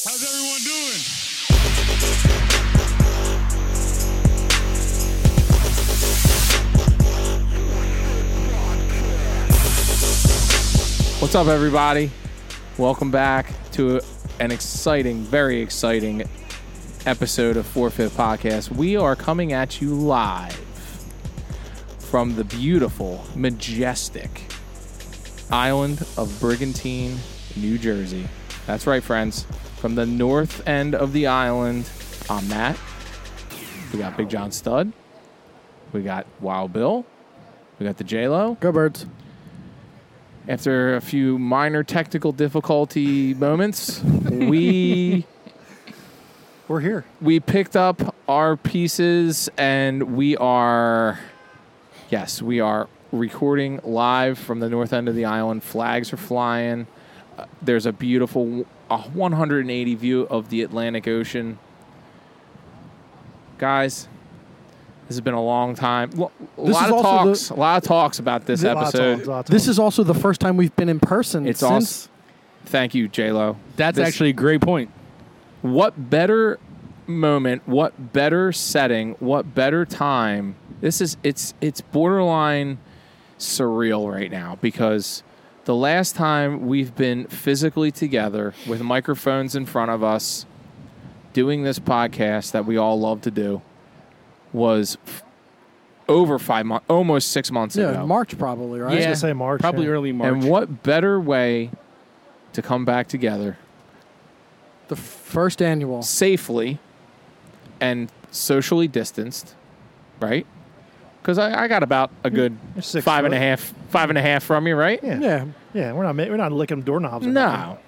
How's everyone doing? What's up, everybody? Welcome back to an exciting, very exciting episode of Four Fifth Podcast. We are coming at you live from the beautiful, majestic island of Brigantine, New Jersey. That's right, friends. From the north end of the island, I'm Matt. We got Big John Stud. We got Wild Bill. We got the J Lo Go birds. after a few minor technical difficulty moments, we We're here. we picked up our pieces and we are yes, we are recording live from the north end of the island. Flags are flying. Uh, there's a beautiful a 180 view of the Atlantic Ocean. Guys, this has been a long time. Lo- A This lot is of also the- talks, a lot of talks about this episode. This is also the first time we've been in person. It's since awesome. Thank you, J Lo. That's actually a great point. what better moment what better setting what better time this is it's it's borderline surreal right now because the last time we've been physically together with microphones in front of us doing this podcast that we all love to do was f- over five months almost six months yeah, ago March probably right. Yeah. Yeah. gonna say March. Probably early March. and what better way to come back together The first annual. safely and socially distanced, right? Because I, I got about a good You're six five and a foot. half, five and a half from you, right? Yeah. Yeah. Yeah, we're not ma- we're not licking doorknobs. or nothing. No.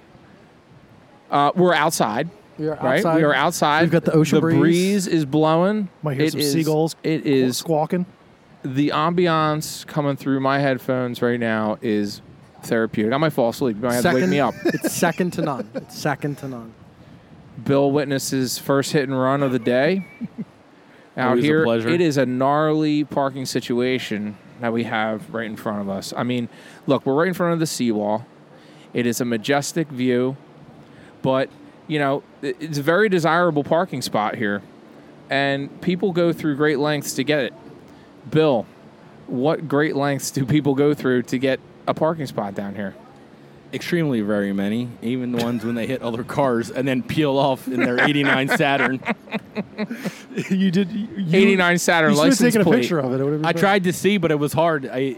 Uh, we're outside, We are right? outside. We are outside. We've got the ocean breeze. is blowing. Might hear It some is- seagulls It is squawking. the ambiance coming through my headphones right now is therapeutic. I might fall asleep. You might have Second, to wake me up. it's second to none. It's second to none. Bill Witness's first hit and run of the day. Out Always a here, pleasure. it is a gnarly parking situation that we have right in front of us. I mean, look, we're right in front of the seawall. It is a majestic view, but you know, it- it's a very desirable parking spot here, and people go through great lengths to get it. Bill, what great lengths do people go through to get a parking spot down here? Extremely very many, even the ones when they hit other cars and then peel off in their 89 Saturn. you did you, 89 Saturn You should have license taken a plate. picture of it. it would've I been- tried to see, but it was hard. I,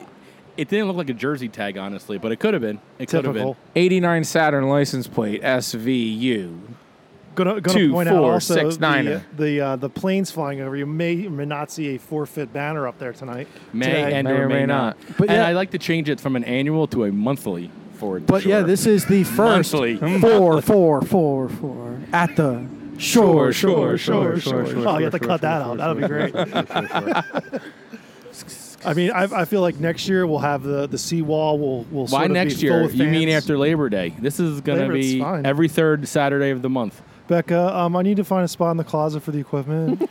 it didn't look like a jersey tag, honestly, but it could have been. It could have been. Typical. 89 Saturn license plate SVU. Gonna, gonna Two, point four, out also six, the, niner. the uh, the planes flying over. You may or may not see a four foot banner up there tonight. May today. and May or, or may may not. not. But and yeah- I like to change it from an annual to a monthly forward. But yeah, this is the first Monthly. four, four, four, four at the shore. Sure, sure, sure, sure. Oh, you have to cut that out. That'll be great. I mean, I, I feel like next year we'll have the the seawall. We'll we'll Why sort of next be full year? with You mean fans. after Labor Day? This is going to Labor, it's be fine. every third Saturday of the month. Becca? Um, I need to find a spot in the closet for the equipment.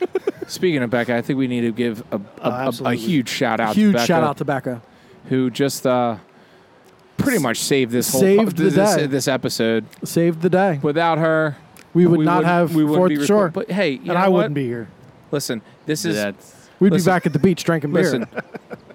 Speaking of Becca, I think we need to give a, a, a, a absolutely. huge shout out to Huge Becca, shout out to Becca. who just uh, pretty much saved this whole Saved the this, day. this episode. Saved the day. Without her, We would we not wouldn't- have we fourth wouldn't be shore. recording. But hey, you know and I what? wouldn't be here. Listen, this is That's We'd listen. be back at the beach drinking beer. listen.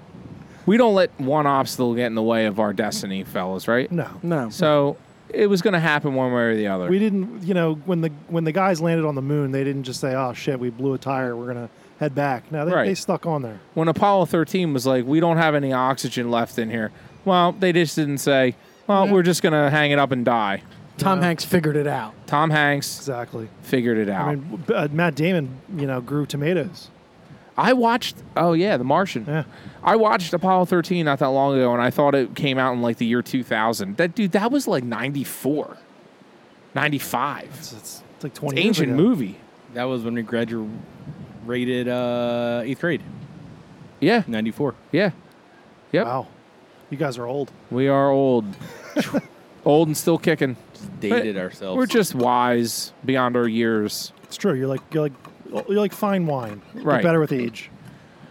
we don't let one obstacle get in the way of our destiny, fellas. Right? No, No. So it was going to happen one way or the other. We didn't, you know, when the when the guys landed on the moon, they didn't just say, "Oh shit, we blew a tire, we're gonna head back." No, they, Right. they stuck on there. when Apollo 13 was like, we don't have any oxygen left in here, well, they just didn't say, well, we're just going to hang it up and die. uh, Tom Hanks figured it out. Tom Hanks Exactly. figured it out. I, I mean, b- uh, Matt Damon, you know, grew tomatoes. watched, oh, yeah, The Martian. Yeah. I watched Apollo 13 not that long ago, and I thought it came out in like the year 2000. That dude, that was like 94, 95. It's, it's, it's like twenty. years Ancient ago. movie. that was when we graduated uh, eighth grade, Yeah, '94. yeah. Yep. Wow, you guys are old. We are old. old and still kicking. Dated ourselves. We're just wise beyond our years. It's true. You're like you're like you're like fine wine. You get Right. better with age.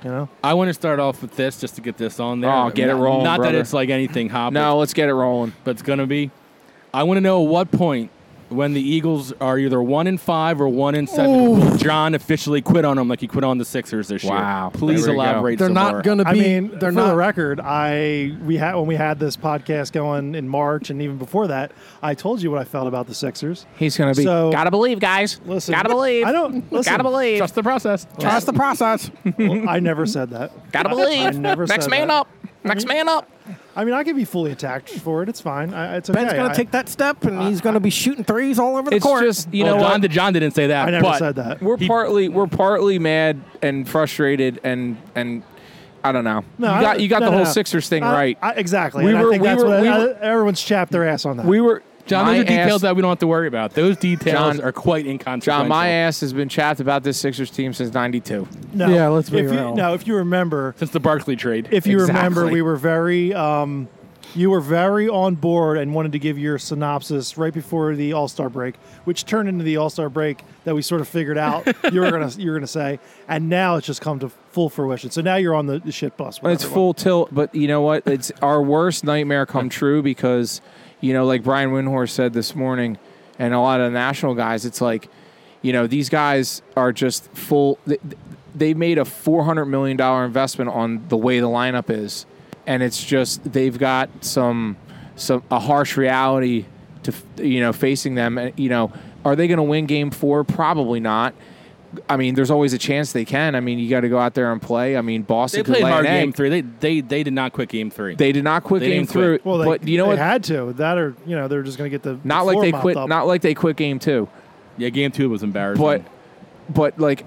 You know. I want to start off with this just to get this on there. Oh, get it Not- rolling, Not brother. that it's like anything hop, No, let's get it rolling. but it's gonna be. I want to know at what point when the Eagles are either one in five or one in seven, will John officially quit on them like he quit on the Sixers this year? Wow. Please There we go. elaborate. They're some not more. going to be. I mean, they're for not. the record, I we had when we had this podcast going in March and even before that, I told you what I felt about the Sixers. He's gonna be. So- gotta believe, guys. Listen, gotta believe. I don't- listen. gotta believe. Trust the process. Trust the process. Well, I never said that. gotta I- believe. I never Next said man that. up. Next man up. I mean, I can be fully attacked for it. It's fine. I, it's okay. Ben's going I- to take that step, and he's going to be shooting threes all over the It's court. just you know well, John, what. John didn't say that. I never but said that. We're partly we're partly mad and frustrated and and I don't know. No, you I got don't- you got no, the no, whole no. Sixers thing I- right. I- exactly. We and were- I think we that's were- what we I- were- everyone's chapped their ass on that. we were John, my those are details ass- that we don't have to worry about. Those details John- are quite inconsequential. John, my ass has been chapped about this Sixers team since '92. no, Yeah, let's be if you, real. No, if you remember, since the Barkley trade. if you remember, Exactly. we were very, um, you were very on board and wanted to give your synopsis right before the All Star break, which turned into the All Star break that we sort of figured out you were gonna you were gonna say, and now it's just come to full fruition. So now you're on the, the shit bus. with It's everyone. full tilt, but you know what? It's our worst nightmare come true because, you know, like Brian Windhorst said this morning, and a lot of the national guys, it's like, you know, these guys are just full. They, they made a four hundred million dollar investment on the way the lineup is, and it's just they've got some some a harsh reality to you know facing them. And, You know, are they going to win Game Four? Probably not. I mean, there's always a chance they can. I mean, you got to go out there and play. I mean, Boston They could played lay hard an egg. game three. They, they they did not quit game three. They did not quit They game didn't quit. through, Well, they, but you know they what? had to that or you know they're just gonna get the not the like floor they mopped quit. up. Not like they quit game two, yeah, game two was embarrassing. but but like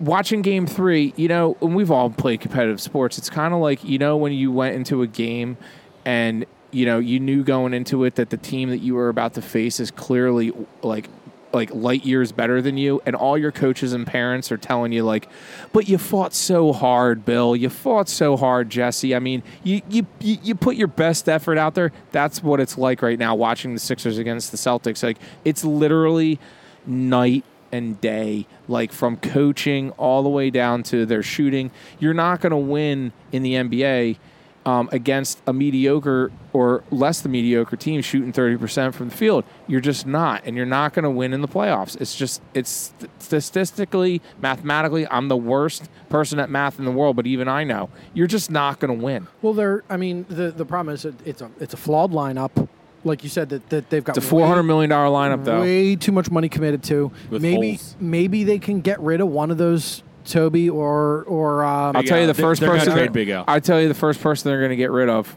watching game three, you know, and we've all played competitive sports. It's kind of like you know when you went into a game and you know you knew going into it that the team that you were about to face is clearly like like light years better than you and all your coaches and parents are telling you like but you fought so hard bill you fought so hard jesse i mean you you you you put your best effort out there that's what it's like right now watching the sixers against the celtics like it's literally night and day, like from coaching all the way down to their shooting. You're not going to win in the NBA um, against a mediocre or less than mediocre team shooting 30% from the field. You're just not. And you're not going to win in the playoffs. It's just, it's statistically, mathematically, I'm the worst person at math in the world, but even I know you're just not going to win. Well, they're. I mean, the the problem is that it's a it's a flawed lineup, like you said that, that they've got It's a $400 million lineup, though. way too much money committed to. With maybe holes. maybe they can get rid of one of those Toby or or um, I'll tell you the Al. They- first they're gonna person. trade that- Big Al. I'll tell you the first person they're going to get rid of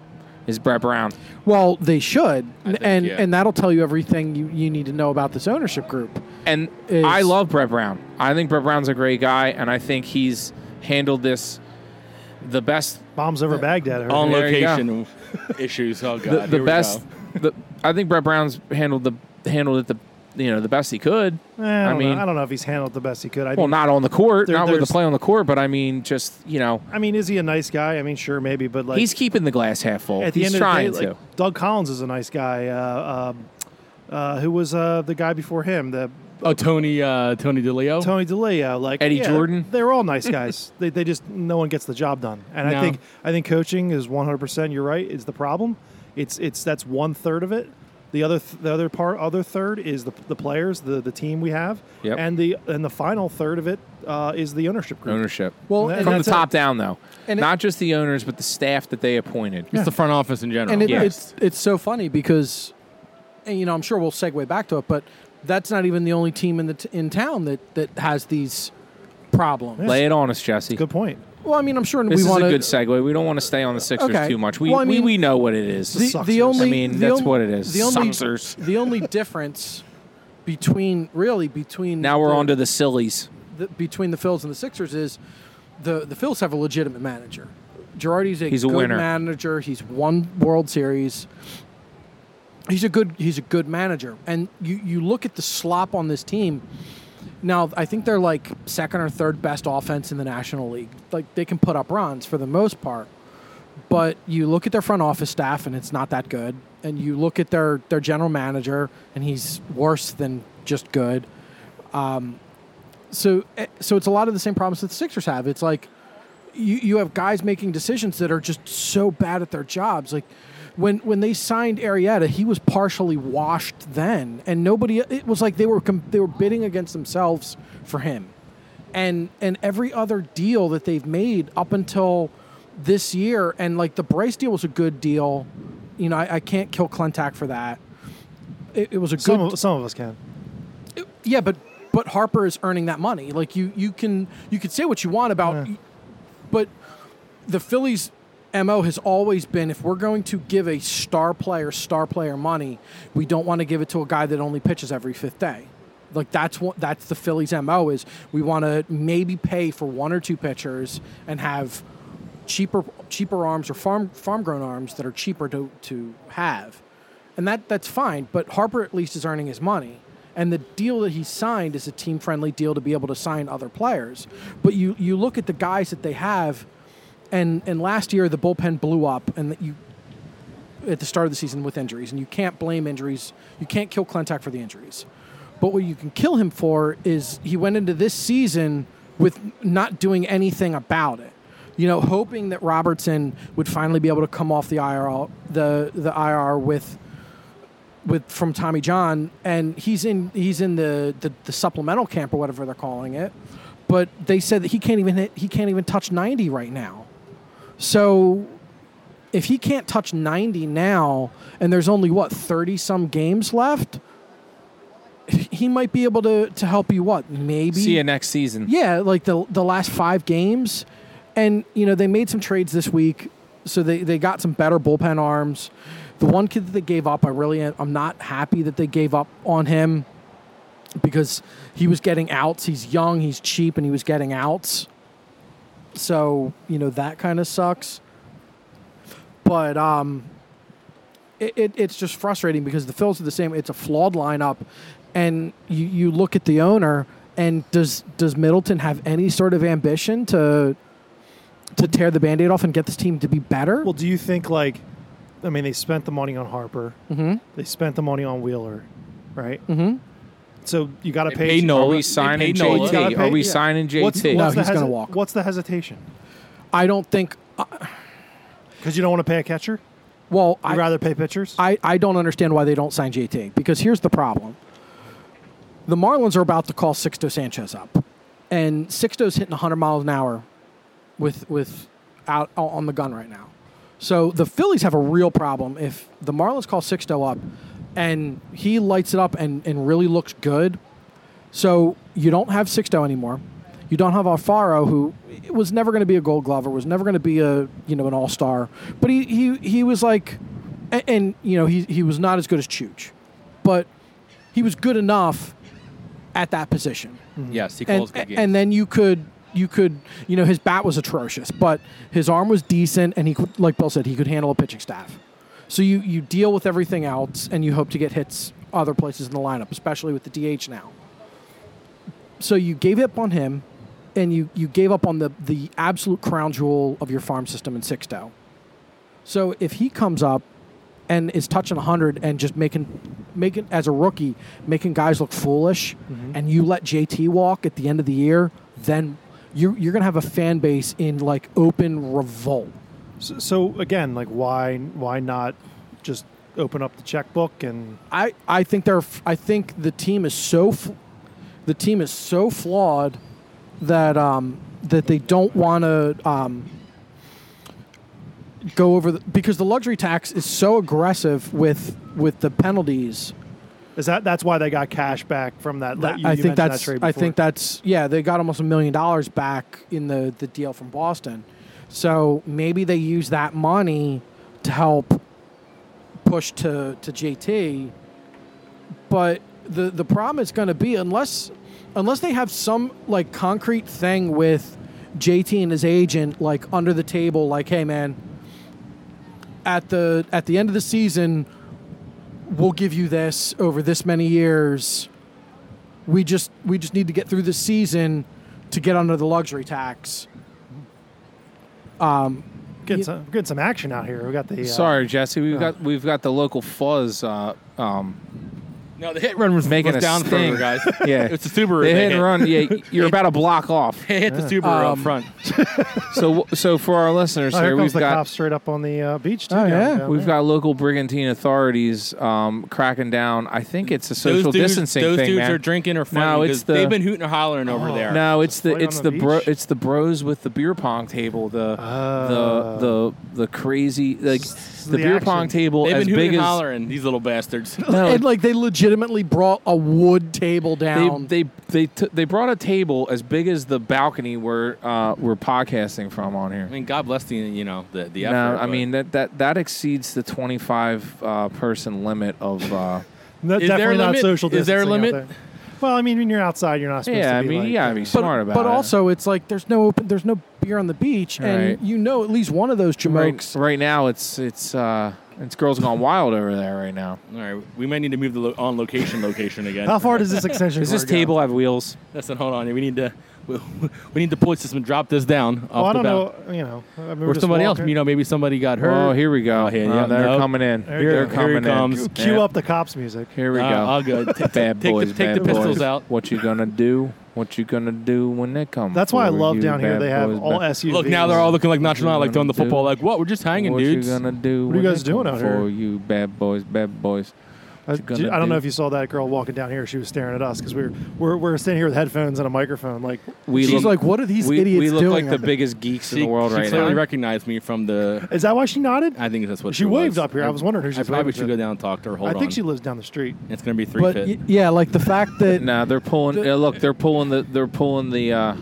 is Brett Brown. well they should think, and yeah. and that'll tell you everything you, you need to know about this ownership group. and is- I love Brett Brown. I think Brett Brown's a great guy, and I think he's handled this the best. bombs over Baghdad. I heard. on There you go. location issues. Oh god, The, here the we best. go. The, I think Brett Brown's handled the handled it the you know the best he could. Eh, I, I don't mean, know. I don't know if he's handled the best he could. I well, think- not on the court, There- not with the there's- play on the court, but I mean, just you know, I mean, is he a nice guy? I mean, sure, maybe, but like he's keeping the glass half full. at the he's end of trying the day, to. like, Doug Collins is a nice guy. Uh, um, uh, who was uh, the guy before him? The Oh, Tony uh, Tony DeLeo. Tony DeLeo, like Eddie yeah, Jordan? They're all nice guys. they, they just no one gets the job done. And No. I think I think coaching is 100. percent You're right. Is the problem? It's it's that's one third of it. The other th- the other part other third is the, the players, the, the team we have, Yep. and the and the final third of it uh, is the ownership group. Ownership Well, That- and from the that's a- top down, though, and it- not just the owners, but the staff that they appointed. It's the front office in general. And it, Yes. it's it's so funny because, and, you know, I'm sure we'll segue back to it, but that's not even the only team in the t- in town that that has these problems. Lay it on us, Jesse. Good point. Well, I mean, I'm sure This we is want a good segue. We don't want to stay on the Sixers Okay. too much. We, Well, I mean- we we know what it is. The- the, Sucks. the only I mean, the that's only- what it is. The only Sucks. the only difference between really between Now we're the, on to the sillies. the, between the Phils and the Sixers is the the Phils have a legitimate manager. Girardi's a He's a good winner. manager. He's won World Series. He's a good he's a good manager. And you you look at the slop on this team. Now I think they're like second or third best offense in the National League. Like they can put up runs for the most part. But you look at their front office staff and it's not that good. And you look at their their general manager and he's worse than just good so eh, so it's a lot of the same problems that the Sixers have. It's like you you have guys making decisions that are just so bad at their jobs. Like when when they signed Arietta, he was partially washed then, and nobody. It was like they were com- they were bidding against themselves for him, and and every other deal that they've made up until this year, and like the Bryce deal was a good deal. You know, I, I can't kill Clentac for that. It, it was a Some good of, some of us can. yeah, but but Harper is earning that money. Like you you can you could say what you want about, Yeah. but the Phillies. MO has always been if we're going to give a star player star player money, we don't want to give it to a guy that only pitches every fifth day. Like that's what that's the Phillies MO is we want to maybe pay for one or two pitchers and have cheaper cheaper arms or farm farm grown arms that are cheaper to, to have. And that that's fine, but Harper at least is earning his money. And the deal that he signed is a team friendly deal to be able to sign other players. But you you look at the guys that they have and and last year the bullpen blew up and that you at the start of the season with injuries and you can't blame injuries. You can't kill Clentac for the injuries. But what you can kill him for is he went into this season with not doing anything about it. You know, hoping that Robertson would finally be able to come off the IR the the IR with with from Tommy John, and he's in he's in the, the the supplemental camp or whatever they're calling it. But they said that he can't even hit he can't even touch ninety right now. So if he can't touch 90 now and there's only what 30 some games left he might be able to to help you what maybe See you next season. yeah, like the the last five games, and you know they made some trades this week, so they they got some better bullpen arms. The one kid that they gave up, I really I'm not happy that they gave up on him because he was getting outs. He's young, he's cheap, and he was getting outs. So you know that kind of sucks. But um, it, it, it's just frustrating because the Phils are the same. It's a flawed lineup, and you, you look at the owner and does does Middleton have any sort of ambition to to tear the band-aid off and get this team to be better? Well, do you think like, I mean, they spent the money on Harper. Mhm. They spent the money on Wheeler, right? Mhm. So you got to pay. paid Nola. Are we They signing paid Nola. You gotta JT? Are pay- we yeah. signing What's, JT? No, what's the he's gonna hesi- walk. What's the hesitation? I don't think. Uh, Because you don't want to pay a catcher. well, You'd I, rather pay pitchers. I I don't understand why they don't sign JT because here's the problem: the Marlins are about to call Sixto Sanchez up, and Sixto's hitting 100 miles an hour with with out o- on the gun right now. So the Phillies have a real problem if the Marlins call Sixto up and he lights it up and, and really looks good. So you don't have Sixto anymore. You don't have Alfaro, who was never going to be a Gold Glover, was never going to be a you know an All Star, but he, he he was like, and, and you know he he was not as good as Chooch, but he was good enough at that position Yes, he and, calls good games. and then you could you could you know his bat was atrocious but his arm was decent and he could like bill said he could handle a pitching staff so you you deal with everything else and you hope to get hits other places in the lineup especially with the dh now so you gave up on him and you you gave up on the the absolute crown jewel of your farm system in sixto so if he comes up and is touching 100 and just making making as a rookie making guys look foolish and you let JT walk at the end of the year then you you're going to have a fan base in like open revolt so, so again, like why why not just open up the checkbook and I I think they're f- I think the team is so f- the team is so flawed that um that they don't want to um go over the, because the luxury tax is so aggressive with with the penalties is that that's why they got cash back from that? That- you- I you think mentioned that that's. trade I before. think that's. Yeah, they got almost a million dollars back in the the deal from Boston, so maybe they use that money to help push to to JT. But the the problem is going to be unless unless they have some like concrete thing with JT and his agent like under the table, like, hey man, at the at the end of the season. We'll give you this over this many years we just we just need to get through the season to get under the luxury tax. getting some, getting some action out here. We got the uh, Sorry, Jesse. We've got we've got the local fuzz uh, um, No, the hit run was Making was a down sting. further, guys. Yeah. it's a Subaru. They they hit and run. Yeah, you're about a block off. They hit the Subaru up Um, front. So, so for our listeners Oh, here here, comes we've the got cops straight up on the uh, beach too. Oh, down- yeah. down we've there. got local brigantine authorities um, cracking down. I think it's a social those dudes, distancing those thing, dudes man. are drinking or fighting. No, it's 'cause they've the- Oh, been hooting or hollering over there. no, it's the Playing it's on the, the bro beach? it's the bros with the beer pong table. The Ah. the the Oh. the crazy like the, the beer action. pong table they've as been hooting big and as hollering. These little bastards. No, and like they legitimately brought a wood table down. they they they, t- they brought a table as big as the balcony we're uh, we're podcasting from on here. I mean, God bless the you know the the effort. No, I but mean that that that exceeds the 25 uh, person limit of. Uh, No, Is there a definitely not limit? social distancing. Is there a out limit? there. Well, I mean, when you're outside, you're not supposed yeah, I to be mean, like, you gotta be but, smart about but it. also it's like there's no open there's no beer on the beach Right. and you know at least one of those right, jamokes right now it's it's uh, it's girls gone wild over there right now. all right, we might need to move the lo- on location location again. How far does this extension? Does this cord go? table have wheels? Listen, hold on. We need to we, we need the point system to drop this down. Oh, off I don't the bow- know. You know, I mean, we're Or just somebody else. walking. You know, maybe somebody got hurt. Oh, here we go. Oh, yeah, No, yeah, they're no. coming in. There you they're go. Here coming he in. comes. Cue Yeah. up the cops music. Here we go. Uh, I'll go. Take, bad take boys, the, take bad the pistols boys. out. What you gonna do? What you gonna do when they come? That's why I for love you, down here. bad They have boys, all bad- SUVs. Look, now they're all looking like nonchalant, like throwing the gonna football. do? Like, what? We're just hanging, what dudes. you gonna do? What are you when guys they doing come out for here? you bad boys, bad boys. I, you gonna I don't do? know if Uh, you saw that girl walking down here. She was staring at us because we were, we're we're sitting here with headphones and a microphone. Like, We she's like what are these we, idiots we look doing like the up there?" biggest geeks she in the world she right clearly now. recognized me from the. is that why she nodded? I think that's what She it was. waved up here. I was wondering who she I was probably waving should to. go down and talk to her. Hold I on. think she lives down the street. It's gonna be three but fit. y- yeah like the fact that nah, they're pulling. uh, look, they're pulling the they're pulling the uh,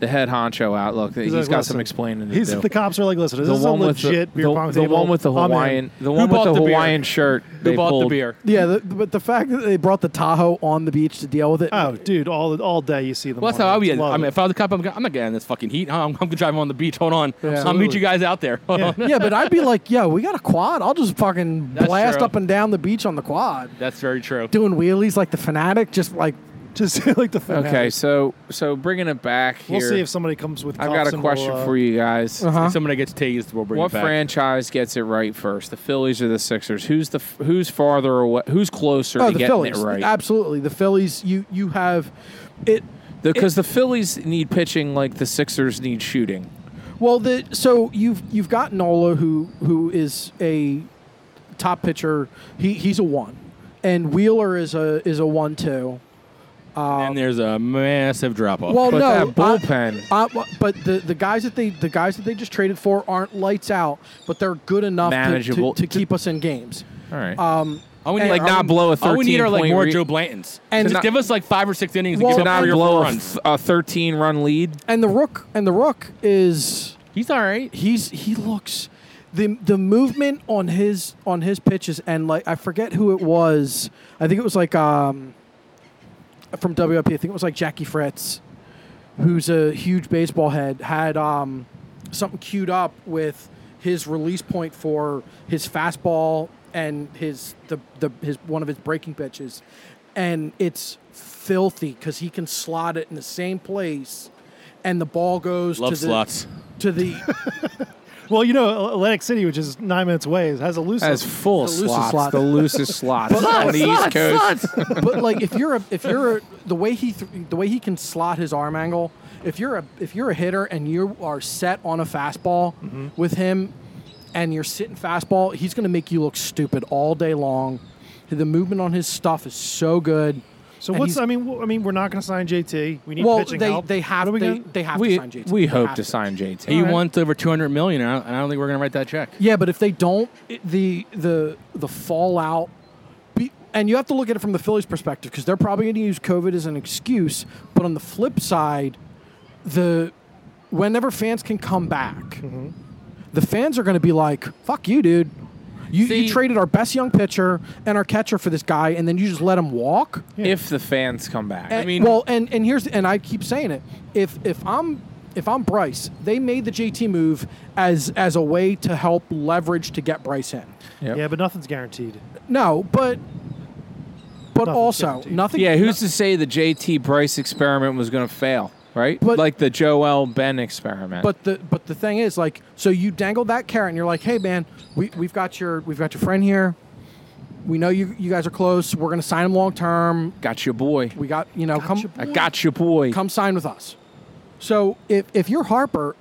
the head honcho out. Look, he's like, got "Listen." some explaining to He's, do. the cops are like, listen, is this a with legit the, beer the, pong the table? one with the I'm in." Hawaiian the one with bought the, the beer? Hawaiian shirt. Who they bought pulled. the beer? yeah the, but the fact that they brought the Tahoe on the beach to deal with it Oh, dude, all all day you see them. Well, that's on how it. I would. be. Love I mean, it. if I was a cop, I'm, I'm not getting in this fucking heat. I'm, I'm gonna drive on the beach. Hold on, I'll meet Absolutely. you guys out there. Hold Yeah. on. yeah but I'd be like yo we got a quad I'll just fucking That's blast true. up and down the beach on the quad That's very true. doing wheelies like the fanatic just like just like the fanatic. Okay, so so bringing it back here. We'll see if somebody comes with. I've got cops a and question we'll, uh, for you guys. uh-huh. If somebody gets tased, we'll bring What it back. franchise gets it right first, the Phillies or the Sixers? Who's the f- who's farther away? Who's closer oh to the getting Phillies it right? absolutely the Phillies you you have it Because the Phillies need pitching like the Sixers need shooting. Well, the so you've you've got Nola who who is a top pitcher. He he's a one, and Wheeler is a is a one two. and there's a massive drop off. Well, But no, that I- bullpen- I, but the, the guys that they the guys that they just traded for aren't lights out, but they're good enough to- to- Manageable. to, keep us in games. All uh, right. Um, all we and- need, like all not we- blow a All we need are like 13-point more re- Joe Blantons. And- And To just not- give us like five or six innings Well, and to give up not three or blow four a, runs. f- a 13 run lead. and the rook and the rook is He's all right. he's he looks the the movement on his on his pitches and like I forget who it was. I think it was like um from WIP. I think it was like Jackie Fritz, who's a huge baseball head, had um something queued up with his release point for his fastball and his the, the his one of his breaking pitches, and it's filthy because he can slot it in the same place, and the ball goes Love to the slots. to the Well, you know, Atlantic City, which is nine minutes away, has a loose. That's full The loosest slots, slot. the loosest slots on the East Coast. but like if you're a if you're a, the way he th- the way he can slot his arm angle if you're a if you're a hitter and you are set on a fastball Mm-hmm. with him and you're sitting fastball he's going to make you look stupid all day long the movement on his stuff is so good So and what's? he's- I mean, w- I mean, we're not going to sign JT. We need well pitching they, help. they What have are we they, gonna- they have We, to sign JT we They hope have to sign JT. He wants over 200 million, and I don't- I don't think we're gonna write that check. Yeah, but if they don't, it- the the the fallout. Be, and you have to look at it from the Phillies' perspective because they're probably going to use COVID as an excuse. But on the flip side, the whenever fans can come back, the fans are going to be like, "Fuck you, dude." You, See- you traded our best young pitcher and our catcher for this guy, and then you just let him walk. if the fans come back. And- mean- well, and and here's and I keep saying it. If if I'm if I'm Bryce, they made the JT move as as a way to help leverage to get Bryce in. Yep. Yeah, but nothing's guaranteed. No, but but Nothing's also guaranteed. nothing. yeah, who's to say the JT Bryce experiment was going to fail, right? But- like the Joel Ben experiment. But the but the thing is, like, so you dangle that carrot, and you're like, hey man, we we've got your we've got your friend here. we know you, you guys are close. We're going to sign him long term. Got your boy. We got, you know, come I got your boy. come sign with us. So if, if you're Harper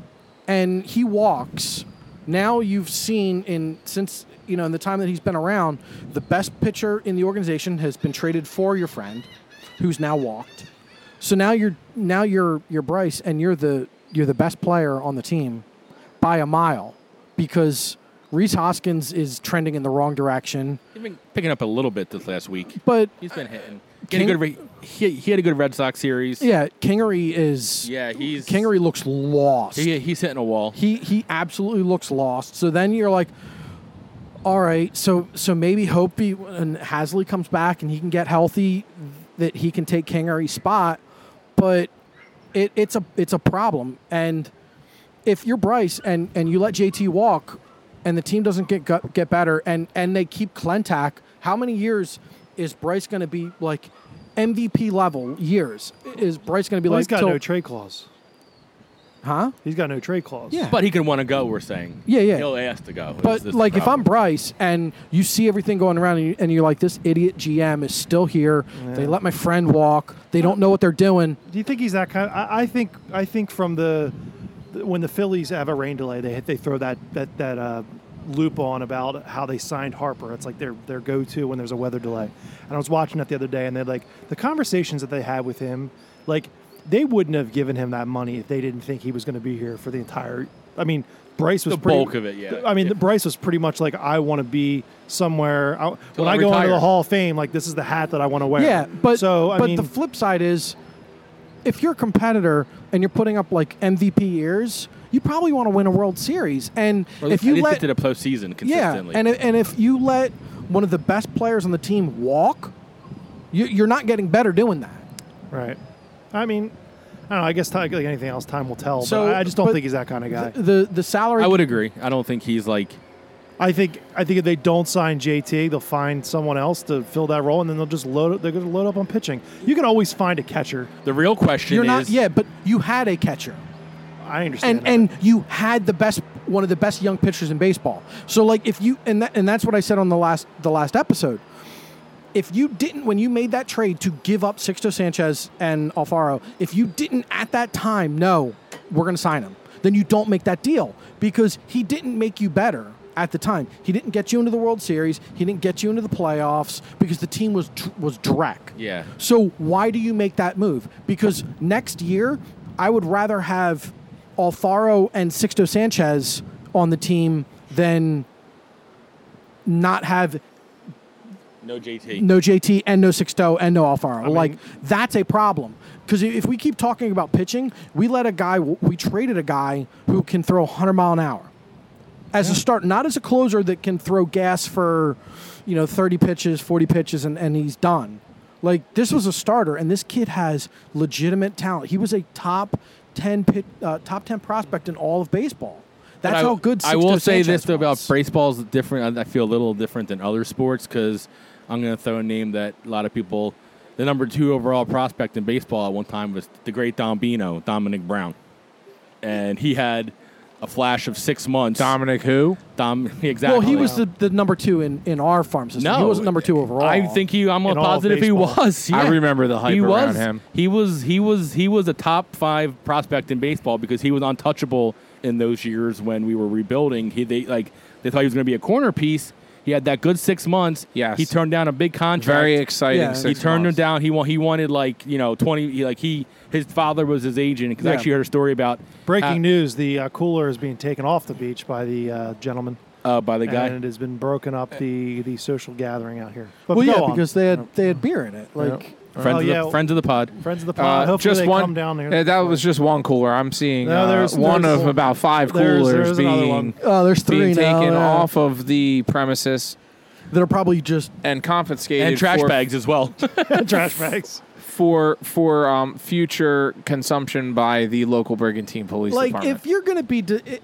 and he walks, now you've seen in since you know in the time that he's been around, the best pitcher in the organization has been traded for your friend, who's now walked. So now you're now you're you're Bryce and you're the you're the best player on the team by a mile because Reese Hoskins is trending in the wrong direction. He's been picking up a little bit this last week. But He's been hitting. He King- had, a good, re- he, he had a good Red Sox series. yeah, Kingery is Yeah, he's Kingery looks lost. He, he's hitting a wall. he he absolutely looks lost. So then you're like, all right, so so maybe Hopi and Hasley comes back and he can get healthy, that he can take Kingery's spot, but it, it's a it's a problem. And if you're Bryce and and you let JT walk, and the team doesn't get gu- get better, and and they keep Clentac, how many years is Bryce going to be like? MVP level years is Bryce going to be Well, like he's got till- no trade clause. huh? He's got no trade clause. Yeah. But he can want to go, we're saying. Yeah, yeah. He'll ask to go. But like, if I'm Bryce and you see everything going around, and, you, and you're like, "This idiot GM is still here. They let my friend walk. They don't know what they're doing." Do you think he's that kind? I, I think I think from the when the Phillies have a rain delay, they they throw that that that uh, loop on about how they signed Harper. It's like their their go to when there's a weather delay. And I was watching that the other day, and they're like the conversations that they had with him, like they wouldn't have given him that money if they didn't think he was going to be here for the entire. I mean, Bryce was The pretty- bulk of it, yeah. I mean, Yeah. Bryce was pretty much like, I want to be somewhere. I, when I I go into retire. the Hall of Fame, like this is the hat that I want to wear. Yeah, but so I but mean, the flip side is, if you're a competitor and you're putting up like MVP years, you probably want to win a World Series. And if you let to the postseason yeah, consistently. and i- and if you let one of the best players on the team walk, you, you're not getting better doing that. Right. I mean, I don't know. I guess time, like anything else, time will tell. So, but I- I just don't but think he's that kind of guy. The the salary I would agree. I don't think he's like I think I think if they don't sign JT, they'll find someone else to fill that role, and then they'll just load. They're going to load up on pitching. You can always find a catcher. the real question you're is not yeah, but you had a catcher. I understand. and that. and you had the best one of the best young pitchers in baseball. So like if you and that, and that's what I said on the last the last episode. If you didn't when you made that trade to give up Sixto Sanchez and Alfaro, if you didn't at that time know we're going to sign him, then you don't make that deal because he didn't make you better at the time. He didn't get you into the World Series, he didn't get you into the playoffs because the team was was dreck. Yeah. So why do you make that move? Because next year, I would rather have Alfaro and Sixto Sanchez on the team than not have no JT. no JT and no Sixto and no Alfaro. mean- like that's a problem. Because if we keep talking about pitching, we let a guy, we traded a guy who can throw 100 mile an hour as a start, not as a closer that can throw gas for, you know, 30 pitches, 40 pitches, and, and he's done. Like this was a starter, and this kid has legitimate talent. He was a top 10 pit, uh, top 10 prospect in all of baseball. That's I, how good. Sixto I will say Sanchez this though about was. baseball is different. I, I feel a little different than other sports because I'm going to throw a name that a lot of people, the number two overall prospect in baseball at one time was the great Dombino, Dominic Brown, and he had a flash of six months. Dominic who? Dom, exactly. Well, he was the, the number two in, in our farm system. No, he was number two overall. I think he. I'm In all of positive he baseball. was. I Yeah. remember the hype he around was, him. He was. He was. He was a top five prospect in baseball because he was untouchable in those years when we were rebuilding. He they like they thought he was going to be a corner piece. He had that good six months. Yes. he turned down a big contract. Very exciting. Yeah. six He turned months. him down. He wa- he wanted like you know twenty. He, like he his father was his agent because I Yeah. actually heard a story about breaking how- news: the uh, cooler is being taken off the beach by the uh, gentleman, uh, by the guy. and it has been broken up the the social gathering out here. But Well, go yeah, on. because they had they had beer in it. Like Friends, Oh, of the, yeah. friends of the pod. friends of the pod. Uh, hopefully just they one. come down here. yeah, that was just one cooler. I'm seeing No, uh, there's- one there's- of about five there's- coolers there's another being, one. oh, there's three being now, taken yeah, off of the premises that are probably just and confiscated And trash for, bags as well. trash bags. for for um, future consumption by the local brigantine police like department. if you're gonna be de- it,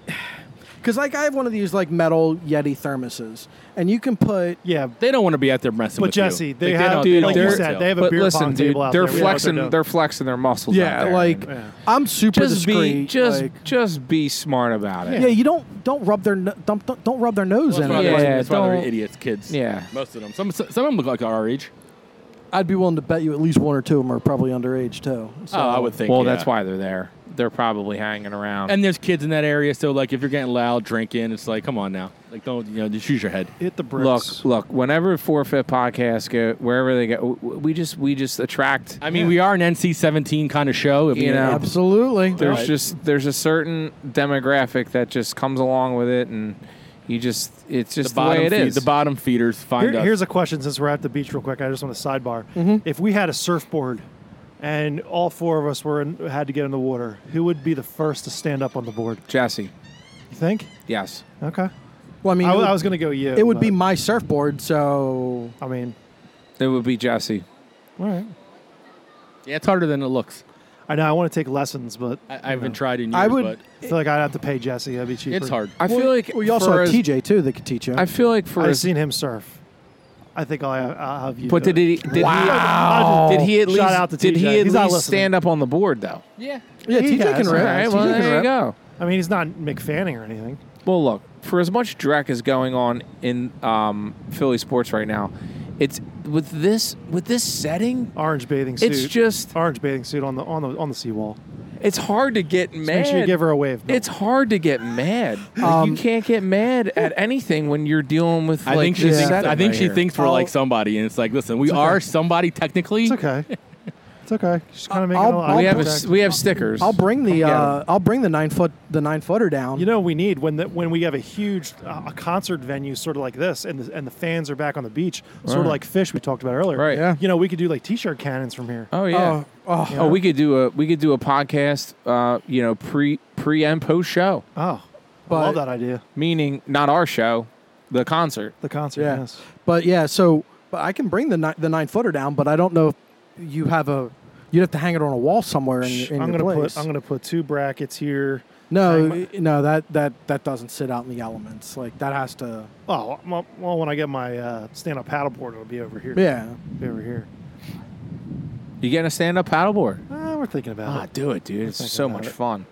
Because like I have one of these like metal Yeti thermoses, and you can put yeah, They don't want to be out there messing But with you. Jesse, they Like, have- don't- dude, don't like you want said, to. they have a but beer listen, pong dude, table out they're there. We know what they're flexing. doing. They're flexing their muscles. out yeah, there, like man. I'm super just discreet. be just like- just be smart about it. yeah. you don't don't rub their no- don't don't, don't rub their nose That's in why it. Yeah, they're- that's why they're don't- idiots, kids. Yeah. Most of them. Some, some of them look like our age. I'd be willing to bet you at least one or two of them are probably underage too. So. oh, I would think. Well, yeah. that's why they're there. They're probably hanging around. And there's kids in that area, so like if you're getting loud drinking, it's like, come on now, like don't you know, just use your head. Hit the bricks. look, look. Whenever forfeit podcasts go, wherever they go, w- w- we just we just attract. I mean, we are an NC-17 kind of show. I mean, You know. it's- Absolutely. There's Right. just there's a certain demographic that just comes along with it, and you just it's just the the, bottom way it is. feed- the bottom feeders find Here- us. here's a question since we're at the beach real quick. I just want to sidebar. Mm-hmm. If we had a surfboard and all four of us were in, had to get in the water, who would be the first to stand up on the board? Jesse, You think? yes, Okay. Well, I mean, I, it would, I was going to go you. it would be but, my surfboard, so I mean, it would be Jesse. all right. yeah, it's harder than it looks. I know I want to take lessons, but I, I haven't tried in years, I would- but I feel like I'd have to pay Jesse. That'd be cheaper. it's hard. I feel like we also for have as- TJ too that could teach you. I feel like for I've as, seen him surf. I think I'll, I'll have you. but do did he did Wow. he did he at Shout least out to did TJ. he at He's not least listening. stand up on the board though? Yeah, yeah, He TJ has, can all rip. All right, well TJ can there you rip. go. I mean, he's not McFanning or anything. Well, look, for as much dreck as going on in um, Philly sports right now, it's with this with this setting, Orange bathing suit. it's just orange bathing suit on the on the on the seawall. it's hard to get mad. Make sure you give her a wave. Bill. it's hard to get mad. Like, you can't get mad at anything when you're dealing with. I like, think she this thinks, setting I think right she here. thinks we're I'll- like somebody, and it's like, listen, we Oh. okay. are somebody technically. It's okay. It's okay. She's kind of making I'll- a lot. we of have a contact. s we have stickers. I'll bring the Come get 'em. uh, I'll bring the nine foot the nine footer down. You know, what we need when the, when we have a huge uh, a concert venue, sort of like this, and the, and the fans are back on the beach, sort of Right. like fish we talked about earlier. Right. Yeah. You know, we could do like t-shirt cannons from here. Oh yeah. Oh, oh. Oh, we could do a we could do a podcast. Uh, you know, pre pre and post show, Oh, I But- love that idea. meaning not our show, the concert. The concert. Yeah. Yes. But yeah, so but I can bring the ni- the nine footer down, but I don't know if you have a you'd have to hang it on a wall somewhere in, your- in I'm your gonna place. put I'm gonna put two brackets here. no, hang y- no, that that that doesn't sit out in the elements. Like that has to. Oh well, well, when I get my uh, stand-up paddleboard, it'll be over here. Yeah, Be over here. You getting a stand up paddleboard? Uh, we're thinking about Ah, it. do it, dude. It's thinking so about much it. fun.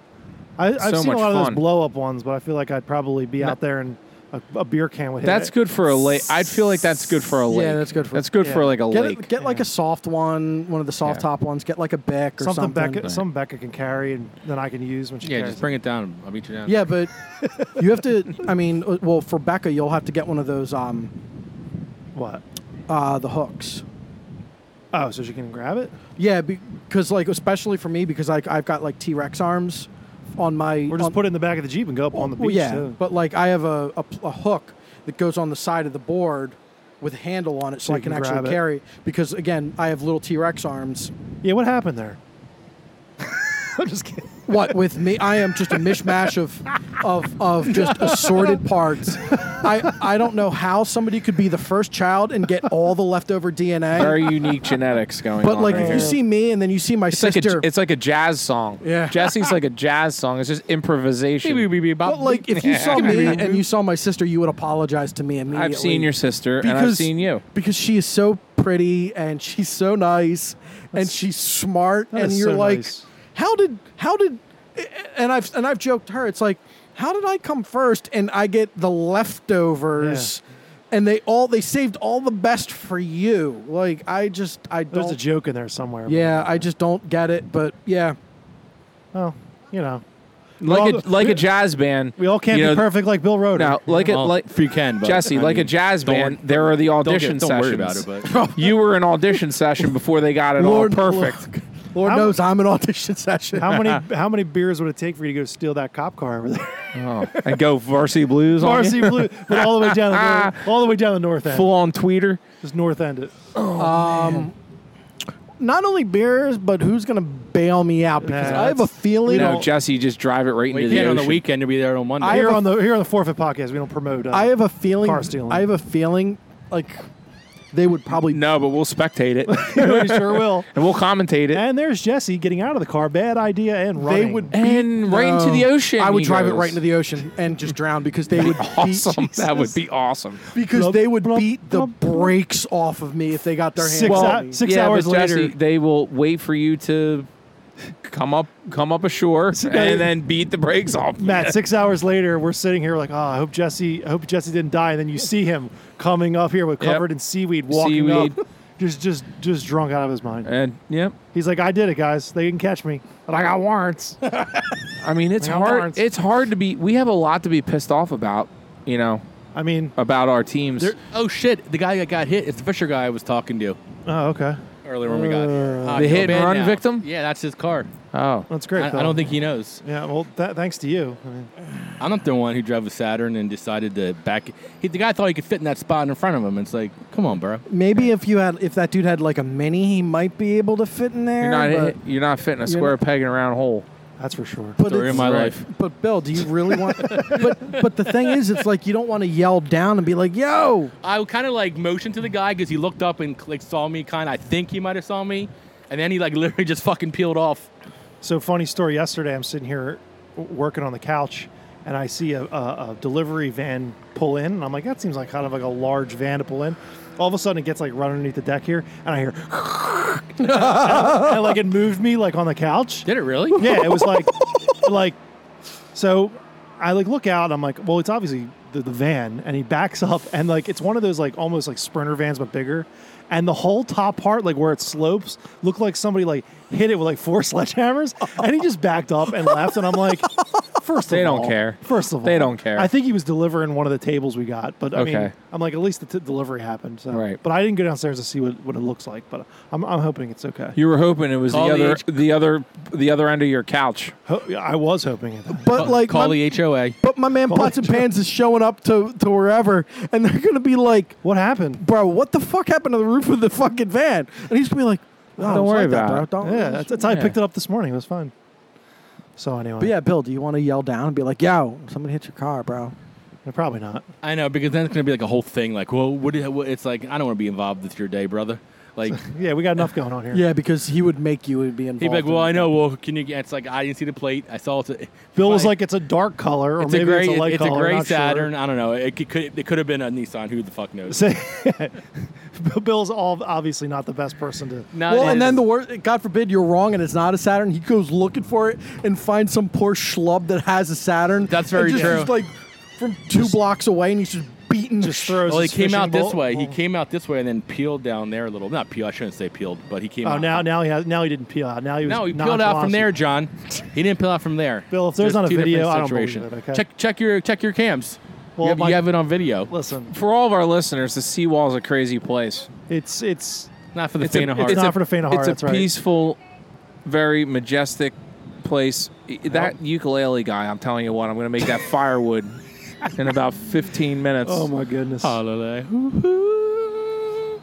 I, I've so seen a much lot of fun. those blow-up ones, but I feel like I'd probably be out there and a, a beer can would hit That's it. good for a lake. I'd feel like that's good for a Yeah, lake. that's good for- That's good for yeah. like a get lake. it, get like Yeah. a soft one, one of the soft Yeah. top ones. Get like a Bic or Something, something. Becca, some Becca can carry, and then I can use when she Yeah, carries. just bring it down. I'll beat you down. Yeah, but you have to. I mean, uh, well, for Becca, you'll have to get one of those um What? uh the hooks. Oh, so she can grab it? Yeah, because like especially for me because like I've got like T Rex arms on my. Or just on- put it in the back of the Jeep and go up on the beach. Well, yeah, too. but like I have a, a, pl- a hook that goes on the side of the board with a handle on it, so, So you I can, can grab actually it. carry. Because again, I have little T Rex arms. yeah, what happened there? I'm just kidding. What with me? I am just a mishmash of of of just assorted parts. I I don't know how somebody could be the first child and get all the leftover DNA. Very unique genetics going but on. like right if here. you see me and then you see my it's like, sister, a, it's like a jazz song. Yeah. Jesse's like a jazz song. It's just improvisation. but like if you saw me and you saw my sister, you would apologize to me immediately. I've seen your sister and I've Because- seen you. because she is so pretty and she's so nice and she's smart that and is you're so like nice. how did how did and I've and I've joked to her it's like how did I come first and I get the leftovers and they all they saved all the best for you like I just I There's don't a joke in there somewhere. yeah I just don't get it but yeah Well, you know, Like all- a like a jazz band. we all can't you be know, perfect like Bill Roder. Now, like a Well, like if you can, but, Jesse, I like a mean, jazz don't band, worry- there are the Don't, audition get, don't worry sessions. about it, but you were an audition session before they got it Lord- all perfect. Lord How- knows I'm an audition session how many how many beers would it take for you to go steal that cop car over there? Oh, and go varsity blues on Varsity blue, but all the way down the north, all the way down the north end, full on tweeter. just north end it. not only beers but who's gonna bail me out because Nah, I have a that's- feeling You know, Jesse, just drive it right into you the can ocean. on the weekend to be there on Monday. I Here have a- on the here on the forfeit podcast, we don't promote. Uh, I have a feeling. Car stealing. I have a feeling like they would probably No, but we'll spectate it and we sure will. we'll commentate it. And there's Jesse getting out of the car. Bad idea and running. they would beat- And right into the ocean I would he drive it goes. right into the ocean and just drown because they would beat, Awesome. That would be awesome. because Blub, they would blub, beat the blub, blub. brakes off of me if they got their hands Six on out- me. six hours but Jesse, later. they will wait for you to come up, come up ashore, and then beat the brakes off. Matt, six hours later, we're sitting here like, oh, I hope Jesse, I hope Jesse didn't die. And then you see him coming up here with Yep. covered in seaweed, walking Seaweed. up, just, just, just drunk out of his mind. And yep, He's like, I did it, guys. They didn't catch me, but I got warrants. I mean it's Yeah, hard. Lawrence. It's hard to be. We have a lot to be pissed off about. You know I mean, about our teams. There- oh shit! The guy that got hit is the Fisher guy I was talking to oh, okay, earlier when we got here. Uh, Ah, The I feel hit and bad run victim? Yeah, that's his car. oh, that's I, great. I though. don't think he knows. Yeah, well, th- thanks to you. I mean, I'm not the one who drove a Saturn and decided to back. He, the guy thought he could fit in that spot in front of him. It's like, come on, bro. Maybe if you had if that dude had like a mini, he might be able to fit in there. you're not but, hit- you're not fitting a square peg in a round hole. that's for sure. but Story of it's- my Right. life. But Bill, do you really want? but but the thing is, it's like you don't want to yell down and be like, "Yo!" I kind of like motioned to the guy because he looked up and like saw me. Kind, I think he might have saw me, and then he like literally just fucking peeled off. So funny story. Yesterday, I'm sitting here w- working on the couch, and I see a, a, a delivery van pull in, and I'm like, that seems like kind of like a large van to pull in. All of a sudden, it gets like right underneath the deck here, and I hear, and like it moved me like on the couch. Did it really? Yeah, it was like, like, so I like look out. I'm like, well, it's obviously the, the van, and he backs up, and like it's one of those like almost like sprinter vans but bigger, and the whole top part, like where it slopes, looked like somebody like hit it with like four sledgehammers, and he just backed up and left, and I'm like. First They of don't all- care. First of all, They don't care. I think he was delivering one of the tables we got, but I mean, Okay. I'm like, at least the t- delivery happened. So. Right. But I didn't go downstairs to see what, what it looks like, but I'm, I'm hoping it's okay. You were hoping it was Call the the other, H- the other, the other end of your couch. Ho- I was hoping it. But like, call my, the HOA. but my man Pots and Pans is showing up to to wherever, and they're gonna be like, What happened? "Bro, what the fuck happened to the roof of the fucking van?" And he's gonna be like, "No, Don't it's worry like that, about bro. Don't." Yeah, that's, that's how I yeah. picked it up this morning. It was fun. So anyway, But yeah, Bill, do you want to yell down and be like, "Yo, somebody hit your car, bro"? probably not. I know because then it's gonna be like a whole thing. Like, well, what? Did, what it's like I don't want to be involved with your day, brother. Like, Yeah, we got enough going on here. Yeah, because he would make you be involved. he'd be like, in well, it. I know. Well, can you? get- It's like I didn't see the plate. I saw it. Bill was Fine. like, it's a dark color, or It's a maybe gray. it's a light It's a color. gray not sure. Saturn. I don't know. It could- could. It could have been a Nissan. Who the fuck knows? So- Bill's all obviously not the best person to. No, Well, it and is. then the word, God forbid, you're wrong and it's not a Saturn. He goes looking for it and finds some poor schlub that has a Saturn. That's very and just, true. Just like from two blocks away, and he's just beating. Just throws. Well, he his came fishing out this bowl- way. He came out this way and then peeled down there a little. Not peel. I shouldn't say peeled, but he came. Oh, out. now now he has now he didn't peel out. Now he was No, he peeled out from nonchalant. there, John. He didn't peel out from there. Bill, if there's not a two video, different I don't believe situations. it, okay? Check check your check your cams. Well, you, have, you my- have it on video. Listen, For all of our listeners, the seawall is a crazy place. it's it's Not for the It's a- faint of heart. it's not for the faint of heart. it's That's a right. peaceful, very majestic place. I- That ukulele guy, I'm telling you what, I'm going to make that firewood in about 15 minutes. Oh my goodness. Holiday.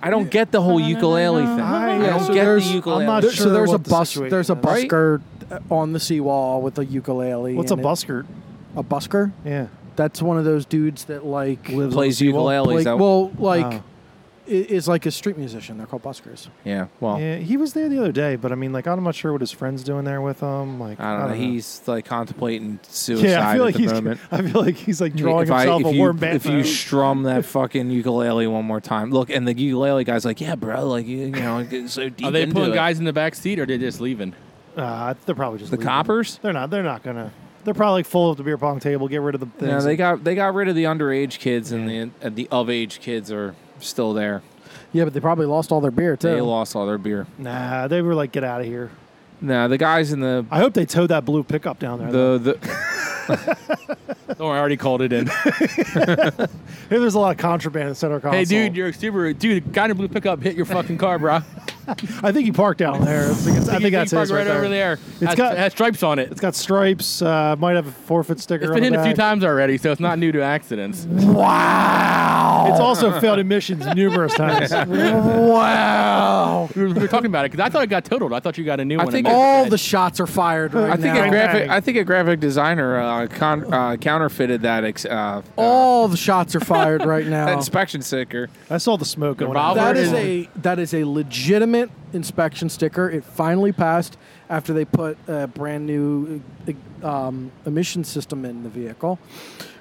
I don't get the whole ukulele thing. I, yeah, don't so get the there's- I'm ukulele. not There- sure so there's a what the bus. situation There's a is. busker uh, on the seawall with a ukulele. What's a and it- busker? A busker? Yeah. That's one of those dudes that like Lives Plays ukuleles Like, out. well, like i Oh. is like a street musician. They're called buskers. yeah, well, Yeah, he was there the other day, but I mean, like, I'm not sure what his friends doing there with him. Like, I don't, know. He's like contemplating suicide yeah, I feel at like the he's. moment. I feel like he's like drawing if himself I, if a you, warm bath. If you strum that fucking ukulele one more time, look, and the ukulele guy's like, "Yeah, bro, like you, you know, it gets so deep." Are they into pulling it." guys in the back seat or are they just leaving? uh, they're probably just The leaving. coppers? They're not. They're not gonna. They're probably like, full of the beer pong table. Get rid of the things. No, they got they got rid of the underage kids, and the and the of age kids are still there. Yeah, but they probably lost all their beer too. They lost all their beer. nah, they were like, get out of here. No, the guys in the I hope they towed that blue pickup down there. though. the the Don't worry, I already called it in. Hey, there's a lot of contraband in the center console. hey, dude, your Subaru, dude, guy in a blue pickup hit your fucking car, bro. I think he parked down there. I think, it's, I think that's park his right, right, over there. It's got- got has stripes on it. It's got stripes. Uh, might have a forfeit sticker. It's on been hit the a few back. times already, so it's not new to accidents. It's also failed emissions numerous times. Wow. we, were, we were talking about it because I thought it got totaled. I thought you got a new I one. think and- All the shots are fired right I think now. a it- graphic. Bang. I think a graphic designer uh, con- uh, counterfeited that ex- uh, Oh. uh, All the shots are fired right that now. inspection sticker. I saw the smoke going. out. Robert That is Yeah. a that is a legitimate inspection sticker. It finally passed after they put a brand new uh, um, emission system in the vehicle.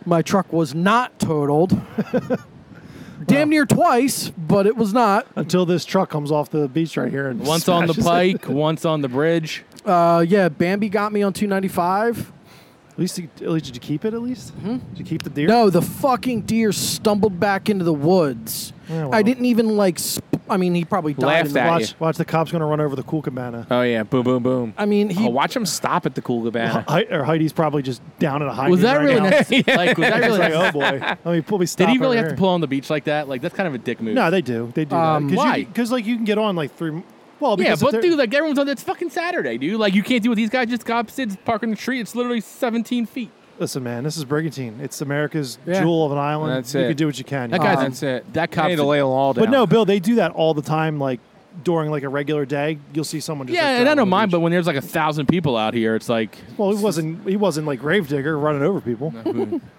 My truck was not totaled. Damn near twice, but it was not. until this truck comes off the beach right here. And once on the smashes it. pike, once on the bridge. Uh, yeah, Bambi got me on 295. At least, you- at least did you keep it? At least Mm-hmm. did you keep the deer? No, the fucking deer stumbled back into the woods. Yeah, well. I didn't even like. Sp- I mean, he probably died. Laughed in the- at Watch, you. watch the cops gonna run over the cool cabana. Oh yeah, boom, boom, boom. I mean, he oh, watch him stop at the cool cabana. Hei- or Heidi's probably just down in a high. Was noon that right really now. necessary? Like, was that It's really? like, necessary? oh boy. Let me pull me. Stop Did he really over have to here. pull on the beach like that? Like that's kind of a dick move. No, they do. They do. Um, Why? Because like you can get on like three. Well, yeah, because if but they're- dude, like everyone's on. It's fucking Saturday, dude. Like you can't do what these guys just got. It's parking the tree. It's literally 17 feet. listen, man, this is Brigantine. It's America's Yeah. jewel of an island. That's you it. can do what you can. That you guy's know? a- That's it. that They cop's need a- to lay them all down. But no, Bill, they do that all the time. Like during like a regular day, you'll see someone. just yeah, like, and I down on don't the mind, beach. but when there's like a thousand people out here, it's like, well, he wasn't. He wasn't like Gravedigger running over people.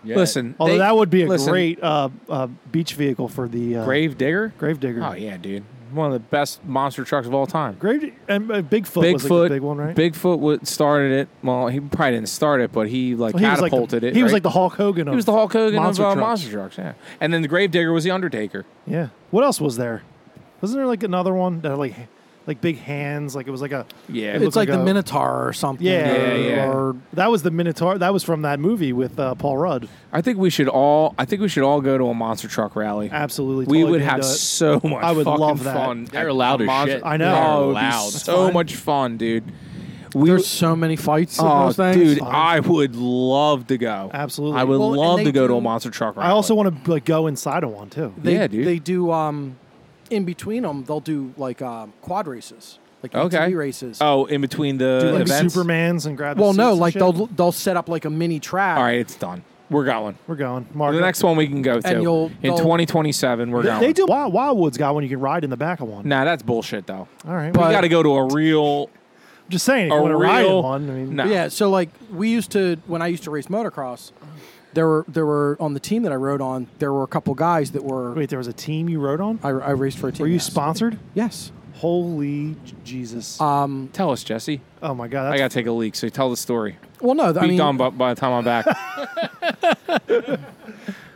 yeah. listen. Although they- that would be a listen, great uh, uh, beach vehicle for the uh, grave digger. Gravedigger. Oh yeah, dude. One of the best monster trucks of all time. Grave and uh, Bigfoot, was Bigfoot, a big one, right? Bigfoot would- started it. Well, he probably didn't start it, but he like Well, he was like catapulted the, it. He was right? like the Hulk Hogan. Of, He was the Hulk Hogan Monster of uh, trucks. monster trucks. Yeah, and then the Gravedigger was the Undertaker. Yeah. What else was there? Wasn't there like another one that had like like big hands? Like it was like a Yeah, It it's looked like like the a- Minotaur or something. yeah. or- Yeah, yeah. Or that was the Minotaur. That was from that movie with uh, Paul Rudd. I think we should all. I think we should all go to a monster truck rally. Absolutely. we totally would gonna have do it. so much. I would fucking love that. Fun They're at loud a as monster- shit. I know. Oh, it would They're loud. be That's so fine. much fun, dude. We There's so many fights. in oh, those things. dude, Fine. I would love to go. Absolutely. I would Well, and love they to go to do- a monster truck rally. I also want to like go inside of one too. They, Yeah, dude. They do um, in between them. They'll do like um, quad races, like okay ATV races. Oh, in between the Do like events. Supermans and grab. the well, seats no, and like shit. they'll they'll set up like a mini track. All right, it's done. We're going. We're going. Mark The up. next one we can go to And you'll- in they'll- 2027. We're They, going. they do. Wild, Wildwood's got one you can ride in the back of one. Nah, that's bullshit though. All right. we Uh, But- got to go to a real. I'm just saying. If A you want to ride in real- one, I mean, Nah. Yeah. So like we used to when I used to race motocross, there were there were on the team that I rode on there were a couple guys that were wait, there was a team you rode on. I, I raced for a team. Were you yes. sponsored? Yes. Holy j- Jesus! Um. Tell us, Jesse. oh my God! I That's, gotta take a leak, so tell the story. Well, no. I Be mean, done by, by the time I'm back.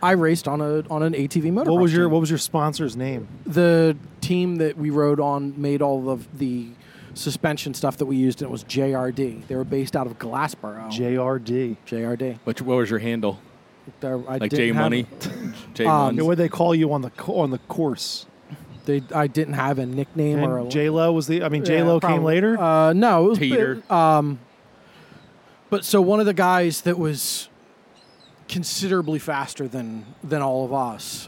I raced on a on an ATV motocross. what was your team. What was your sponsor's name? the team that we rode on made all of the suspension stuff that we used, and it was JRD. They were based out of Glassboro. JRD. JRD. What, what was your handle? There, uh, I Like didn't J have- Money, Um, Yeah, J Money. what did they call you on the co- on the course? They, I didn't have a nickname or a J Lo was the. I mean, Yeah, J Lo came probably. later. Uh, no, it was Peter. um, but so one of the guys that was considerably faster than than all of us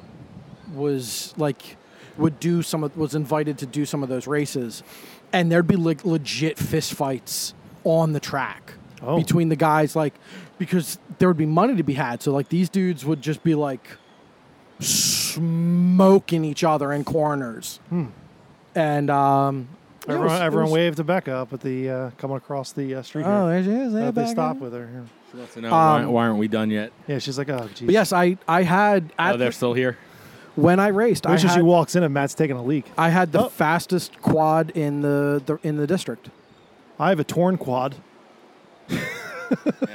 was like would do some of, was invited to do some of those races, and there'd be like legit fist fights on the track Oh. between the guys like because there would be money to be had. So like these dudes would just be like smoking each other in corners. And um, it everyone was- it everyone was- waved to Becca up at the uh, coming across the uh, street. Oh, here. there she is. Uh, Hey, they back stopped up. with her. So now, why- um, why, aren't we done yet? Yeah, she's like, oh, geez. But yes, I I had at Oh, they're the- still here. when I raced. I Wait till had, she walks in and Matt's taking a leak. I had the Oh. fastest quad in the, the in the district. I have a torn quad. Yeah,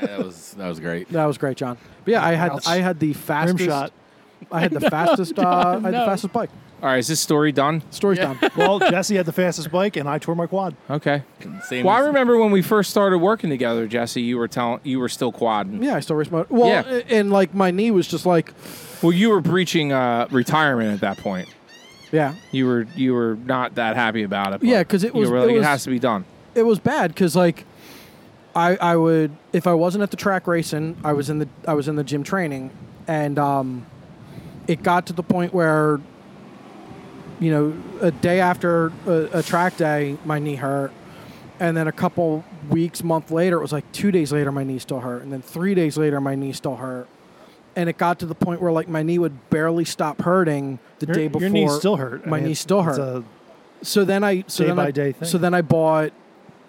that was that was great. That was great, John. But yeah, I had Ouch. I had the fastest. shot. I had the fastest. Uh, I had no. the fastest bike. All right, is this story done? Story's done. Well, Jesse had the fastest bike, and I tore my quad. Okay. Same Well, I as- remember when we first started working together, Jesse. You were telling you were still quadding. Yeah, I still raced my well, Yeah. a- and like my knee was just like, Well, you were breaching uh, retirement at that point. yeah, You were you were not that happy about it. but Yeah, 'cause it was- you were it like, it was- has to be done. it was bad because like I I would if I wasn't at the track racing, I was in the I was in the gym training, and um, it got to the point where you know, a day after a, a track day, my knee hurt. And then a couple weeks, month later, it was like two days later, my knee still hurt. And then three days later, my knee still hurt. And it got to the point where like my knee would barely stop hurting the Your, day before. your knee still hurt. I My mean, knee still it's hurt. a- so then I so day then by I, day thing. So then I bought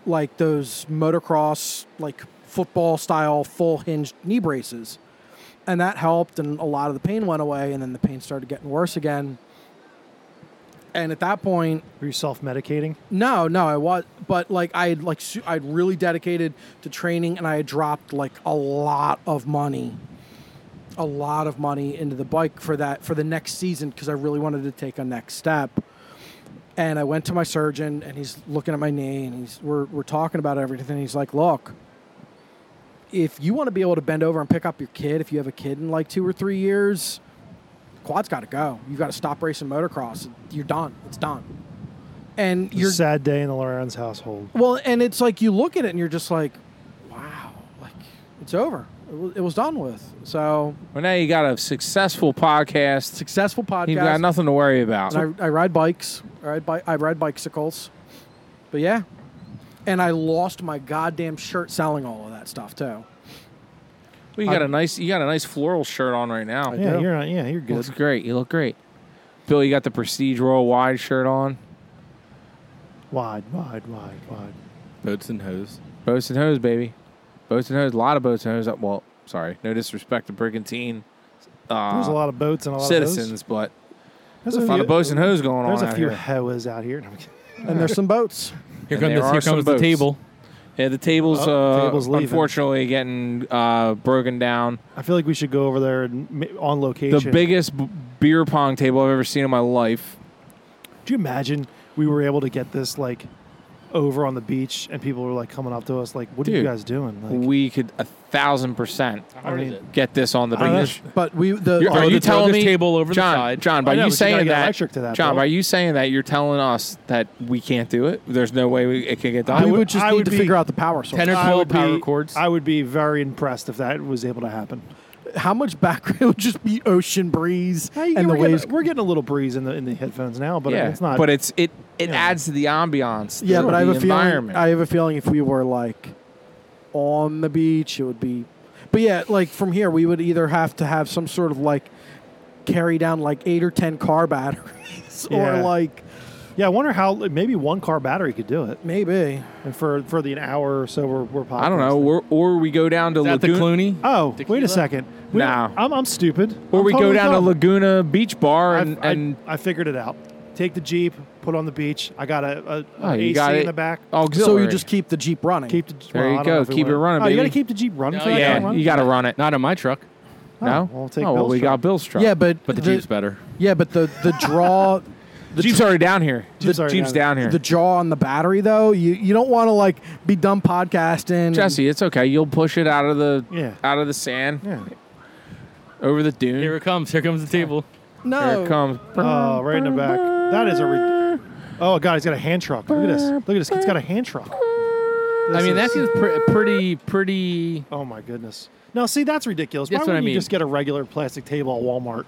like those motocross like football style full hinged knee braces. And that helped and a lot of the pain went away and then the pain started getting worse again. And at that point, Were you self-medicating? no, no, I was, but like I had like su- I'd really dedicated to training, and I had dropped like a lot of money, a lot of money into the bike for that for the next season because I really wanted to take a next step. And I went to my surgeon, and he's looking at my knee, and he's we're we're talking about everything. And he's like, "Look, if you want to be able to bend over and pick up your kid, if you have a kid in like two or three years, quad's got to go. You got to stop racing motocross. You're done. It's done." And Your you're sad day in the Lorenz household. well, and it's like you look at it and you're just like, wow, like it's over. It, w- it was done with. So Well, now you got a successful podcast. successful podcast. You've got nothing to worry about. And I, I ride bikes. I ride bi- I ride bicycles. But yeah, and I lost my goddamn shirt selling all of that stuff too. Well, you got a nice, you got a nice floral shirt on right now. Yeah, do. you're not. Yeah, you're good. Looks great. You look great. Bill, you got the Prestige Royal Wide shirt on. Wide, wide, wide, wide. Boats and hose. Boats and hose, baby. Boats and hose. A lot of boats and hose. Well, sorry. No disrespect to Brigantine There's a uh, lot of boats and a lot citizens, of but those. There's a lot of boats and hose going There's on a out few here. hoes out here. No, I'm kidding. And there's some boats. Here And comes, there this, are here some comes the boats. table. Yeah, the table's, Oh, uh, table's leaving. unfortunately getting uh, broken down. I feel like we should go over there and ma- on The location. biggest b- beer pong table I've ever seen in my life. Do you imagine we were able to get this like over on the beach and people were like coming up to us like, "What are you Dude. guys doing?" Like, We could a thousand percent hard is it? get this on the I don't know. beach. But we the You're- Throw are the- you throw telling this me, table over the John, side. John, by I know, you but you gotta saying get that, electric to that, John, bro. by you saying that, you're telling us that we can't do it. There's no way we, it can get done. we would- would just I need would to be- figure out the power source. Ten or I twelve would power be- cords. I would be very impressed if that was able to happen. How much background would just be ocean breeze Hey, and the we're, waves? getting, we're getting a little breeze in the in the headphones now, but yeah, it's not. But it's it it Yeah. adds to the ambiance. Yeah, the, but I have the a feeling. environment. I have a feeling if we were like on the beach, it would be. But yeah, like from here, we would either have to have some sort of like carry down like eight or ten car batteries, Yeah. or like yeah, I wonder how maybe one car battery could do it, maybe. and for for the an hour or so we're we're podcasting. I don't know. Or, or we go down to Is that the Laguna, Clooney? Oh, wait Tequila? a second. We- Nah. I'm, I'm stupid. or I'm we go totally down to dumb. Laguna Beach Bar I've- and, I, and I figured it out. Take the jeep, put on the beach. I got a, a, a Oh, you AC got in it. the back. auxiliary. So you just keep the jeep running. Keep the j- There well, you I don't know go. if it Keep it would. running, Oh, you got to baby. keep the jeep running. No, for that yeah, kind of yeah, run? you got to run it. Not in my truck, Oh, No, well, we'll take oh, well, Bill's we truck. got Bill's truck. yeah, but but the, Jeep's better. Yeah, but the the draw. The Jeep's already down here. Jeep's the already Jeep's down down here. The jaw on the battery, though, you, you don't want to like be done podcasting. Jesse, it's okay. You'll push it out of the Yeah. out of the sand Yeah. over the dune. Here it comes. Here comes the table. no, Here it comes. Oh, right in the back. That is a. Re- oh God, he's got a hand truck. Look at this. Look at this. He's got a hand truck. I This mean, that is- seems pre- pretty, pretty. Oh my goodness. Now see, that's ridiculous. Why That's what I wouldn't mean. you just get a regular plastic table at Walmart?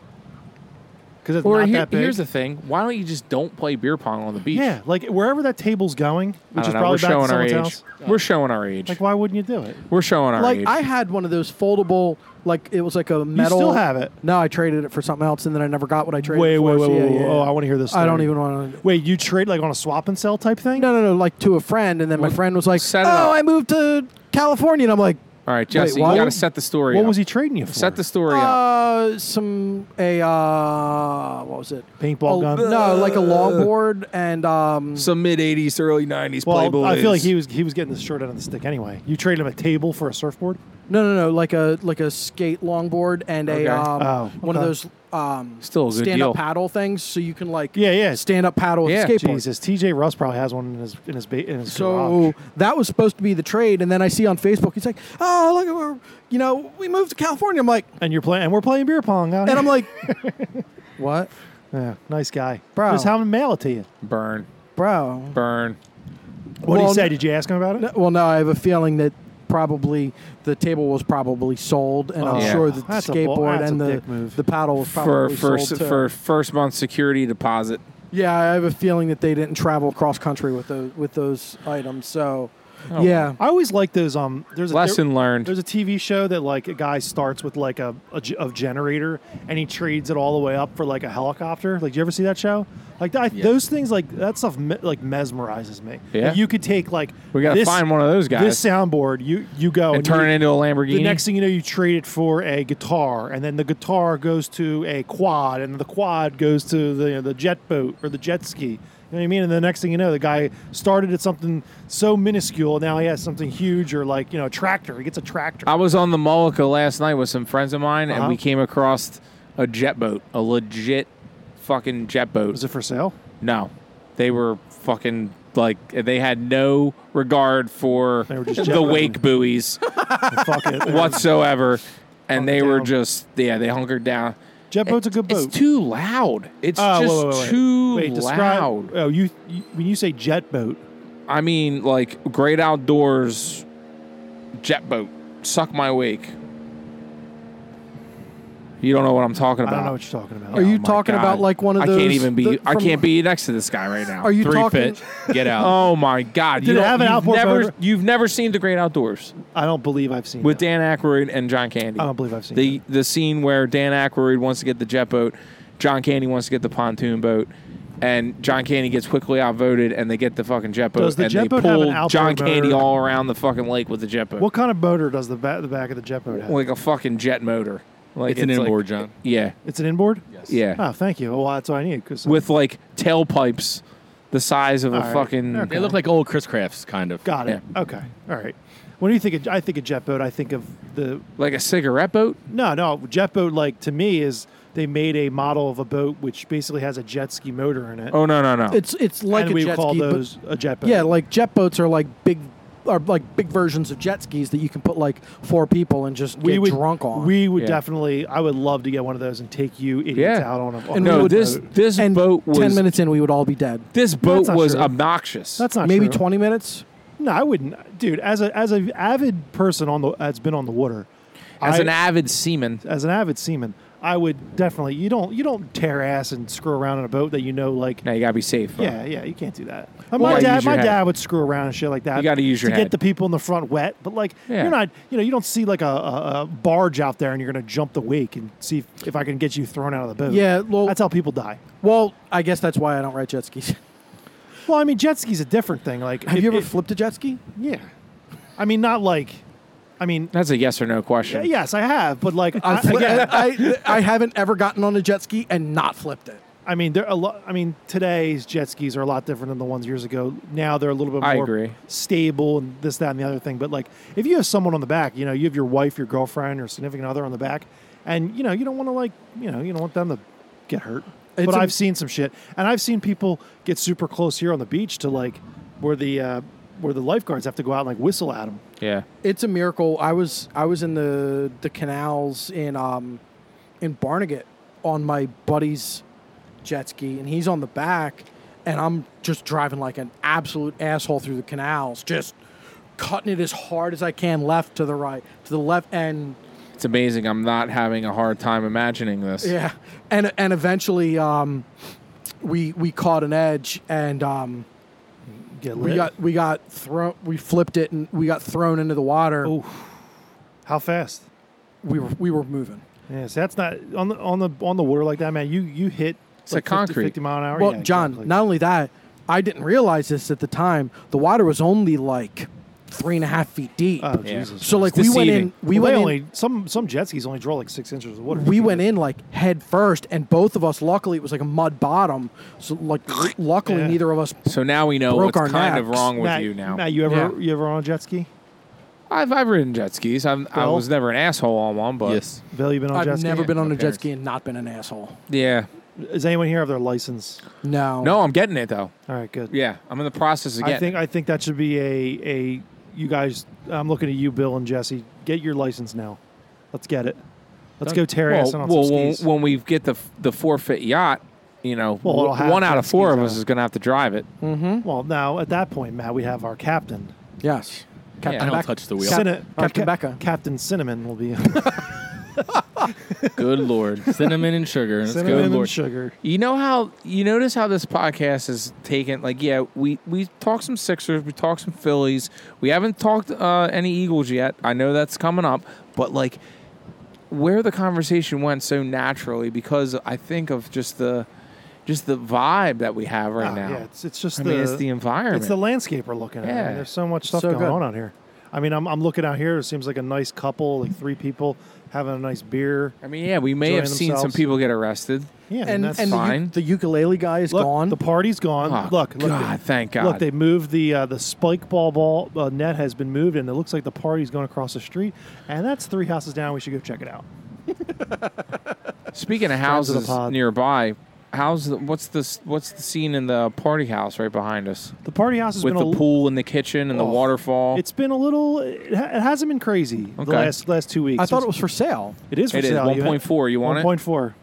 Because it's Or not here- that big. here's the thing. Why don't you just don't play beer pong on the beach? yeah, like wherever that table's going, I which don't is know. We're probably back to showing our someone's age. house. We're showing our age. Like, why wouldn't you do it? We're showing our like age. I had one of those foldable, like it was like a metal. still have it? No, I traded it for something else, and then I never got what I traded. Wait, it wait, for. wait, so yeah, wait, yeah, wait. yeah. Oh, I want to hear this. Story. I don't even want to. Wait, you trade like on a swap and sell type thing? No, no, no. Like to a friend, and then my friend was like, set it "Oh, up. I moved to California," and I'm like, All right, Jesse, you what? got to set the story. What up. was he trading you for? Set the story up. "Uh, some a uh, what was it? paintball A- gun. No, like a longboard and um. Some mid '80s, early '90s Well, Playboy. I feel like he was he was getting the short end of the stick anyway. You traded him a table for a surfboard. No, no, no. Like a like a skate longboard and Okay. a um, Oh, one of okay. those um Still a good stand deal. up paddle things, so you can like Yeah, yeah. stand up paddle with Yeah, a skateboard. Jesus, TJ Russ probably has one in his in his ba- in his So garage. that was supposed to be the trade, and then I see on Facebook he's like, "Oh, look, we're, you know, we moved to California." I'm like, And you're playing, and we're playing beer pong. out and I'm here. like, "What, yeah, nice guy, Bro. Just have him mail it to you. burn, bro?" burn. What did Well, he say? no- Did you ask him about it? No- well, no, I have a feeling that probably the table was probably sold, and I'm Oh, sure yeah. that the That's a bull- skateboard that's and a the dick move. the paddle was For probably for sold too. for first month security deposit. Yeah, I have a feeling that they didn't travel cross country with those with those items. So, Oh, yeah, I always like those. Um, there's a Lesson learned. There's a TV show that like a guy starts with like a, a, ge- a generator and he trades it all the way up for like a helicopter. Like, do you ever see that show? Like I, those things, like that stuff, me, like mesmerizes me. Yeah. Like, you could take like We gotta this- find one of those guys This soundboard, you you go and turn you- it into a Lamborghini. The next thing you know, you trade it for a guitar, and then the guitar goes to a quad, and the quad goes to the the jet boat or the jet ski. You know what I mean? And the next thing you know, the guy started at something so minuscule, now he has something huge, or like you know, a tractor. He gets a tractor. I was on the Mullica last night with some friends of mine, and Uh-huh. we came across a jet boat, a legit fucking jet boat. Was it for sale? No, they were fucking like they had no regard for They were just the jetting. wake buoys Fuck it. whatsoever, and they Hunkered were down. just yeah they hunkered down. Jet boat's a good boat. It's too loud. It's Oh, just wait, wait, wait. too Wait, describe- loud. Oh, you, you when you say jet boat, I mean, like great outdoors, jet boat, suck my wake. You don't know what I'm talking I about. Oh don't know what you're talking about. Are you my talking about, like, one of I can't those- even be. the- I from- can't be next to this guy right now. are you Three talking? fit. Get out. Oh my God! you it don't- have an you've outboard never, motor? You've never seen The Great Outdoors I don't believe I've seen with that. Dan Aykroyd and John Candy. I don't believe I've seen the the scene where Dan Aykroyd wants to get the jet boat, John Candy wants to get the pontoon boat, and John Candy gets quickly outvoted, and they get the fucking jet boat, Does the and jet they boat have an pull outboard John Candy motor? all around the fucking lake with the jet boat, What kind of motor does the back, the back of the jet boat have? like a fucking jet motor. Like It's an like- inboard, John. yeah, It's an inboard. yeah, Oh, thank you. Well, that's what I need. Cause with like tailpipes the size of a All right. fucking. Okay. They look like old Chris Crafts, kind of. got it. Okay. All right. When you think of, I think of jet boat, I think of the Like a cigarette boat? no, no jet boat. Like to me is they made a model of a boat which basically has a jet ski motor in it. Oh no no no! It's it's like and a we jet call ski, but- those a jet boat. yeah, like jet boats are like big are like big versions of jet skis that you can put like four people and just we get would drunk on. We would Yeah. definitely. I would love to get one of those and take you idiots Yeah. out on a. And on we a no, would- this this and boat was ten minutes in, we would all be dead. this boat not was true. obnoxious. That's not Maybe true. twenty minutes. No, I wouldn't, dude. As a as an avid person on the that's been on the water, as I- an avid seaman. as an avid seaman, I would definitely. You don't you don't tear ass and screw around in a boat that you know like. Now you gotta be safe. bro. Yeah, yeah, you can't do that. Uh, Well, my you dad, use your my head. dad would screw around and shit like that. You gotta use your to head. get the people in the front wet. But like, Yeah. you're not, you know, you don't see like a, a, a barge out there and you're gonna jump the wake and see if, if I can get you thrown out of the boat. Yeah, well- that's how people die. Well, I guess that's why I don't ride jet skis. Well, I mean, jet ski's a different thing. Like, Have if- you ever if- flipped a jet ski? yeah, I mean, not like, I mean, That's a yes or no question. yes, I have, but like, I, I, fli- again, I, I haven't ever gotten on a jet ski and not flipped it. I mean, they're a lot. I mean, today's jet skis are a lot different than the ones years ago. Now they're a little bit more I agree. stable and this, that, and the other thing. But like, if you have someone on the back, you know, you have your wife, your girlfriend, or significant other on the back, and you know, you don't want to like, you know, you don't want them to get hurt. It's but a- i I've seen some shit, and I've seen people get super close here on the beach to like where the uh, where the lifeguards have to go out and like whistle at them. Yeah. It's a miracle. I was I was in the the canals in um in Barnegat on my buddy's jet ski, and he's on the back, and I'm just driving like an absolute asshole through the canals, just cutting it as hard as I can, left to the right, to the left, and It's amazing. I'm not having a hard time imagining this. Yeah, and and eventually, um, we we caught an edge, and um, Get we lit. got we got thrown, we flipped it, and we got thrown into the water. Oh. How fast? We were we were moving. Yeah, so that's not on the on the on the water like that, man. You you hit It's like a concrete. 50, 50 mile an hour. Well, Oh, Yeah, John, exactly. not only that, I didn't realize this at the time. The water was only like three and a half feet deep. Oh Yeah. Jesus! so like it's we went in, deceiving. we Well, went they in, only some some jet skis only draw like six inches of water. we went in like head first, and both of us. Luckily, it was like a mud bottom. So like, luckily, Yeah. neither of us. So now we know Broke what's our kind of necks. wrong with Matt, you now. Matt, you ever Yeah. you ever on a jet ski? I've I've ridden jet skis. I'm, I Bill? was never an asshole on one, but Yes. Bill, you been on a I've jet ski? never been on my a jet parents. ski and not been an asshole. yeah. Does anyone here have their license? No, No, I'm getting it though. All right, good. Yeah, I'm in the process of getting. I think I think that should be a a you guys. I'm looking at you, Bill and Jesse. Get your license now. Let's get it. Let's go tear ass in on well, some when, skis. when we get the the forfeit yacht, you know, Well, it'll have one out jet of four skis of on us it. is going to have to drive it. well, now at that point, Matt, we have our captain. Yes. Yeah. I Captain don't Beck. touch the wheel. Cinna- Captain Cap- Becca. Captain Cinnamon will be. Good lord. Cinnamon and sugar. Let's Cinnamon go. and Lord. sugar. You know how you notice how this podcast is taken? Like, yeah, we we talked some Sixers, we talked some Phillies, we haven't talked uh, any Eagles yet. I know that's coming up, but like, where the conversation went so naturally because I think of just the just the vibe that we have right Ah, now. Yeah, it's, it's just I the, mean, it's the environment. It's the landscape we're looking at. I mean, Yeah. there's so much stuff So going good. on out here. I mean, I'm, I'm looking out here. It seems like a nice couple, like three people having a nice beer. I mean, yeah, we may Enjoying have seen some themselves. people get arrested. Yeah, and that's and the, fine. fine. u- the ukulele guy is Look, gone. the party's gone. Oh, look, look, God, they, thank God. look, they moved the uh, the spike ball ball uh, net has been moved, and it looks like the party's going across the street. And that's three houses down. We should go check it out. Speaking of Friends of the houses pod. nearby, how's the, what's this? What's the scene in the party house right behind us The party house has with been the a, pool and the kitchen and the Oh, waterfall? It's been a little. It, ha- it hasn't been crazy the Okay. last last two weeks. I thought it was It's- for sale. It is for It is sale. You- 1.4. You want it? 1.4.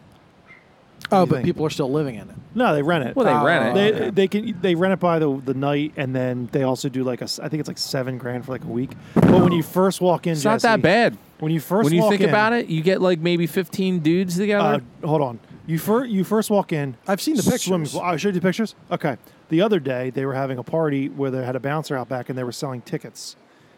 Oh, do you but think? people are still living in it. No, they rent it. Well, they Uh, rent They, it. Okay. they can they rent it by the the night, and then they also do like a s- I think it's like seven grand for like a week. But when you first walk in, It's not that bad. When you first When you walk think in- about it, you get like maybe 15 dudes uh, together. hold on. You first you first walk in. I've seen the Swimming pictures. pool. I showed you the pictures. Okay. The other day they were having a party where they had a bouncer out back, and they were selling tickets,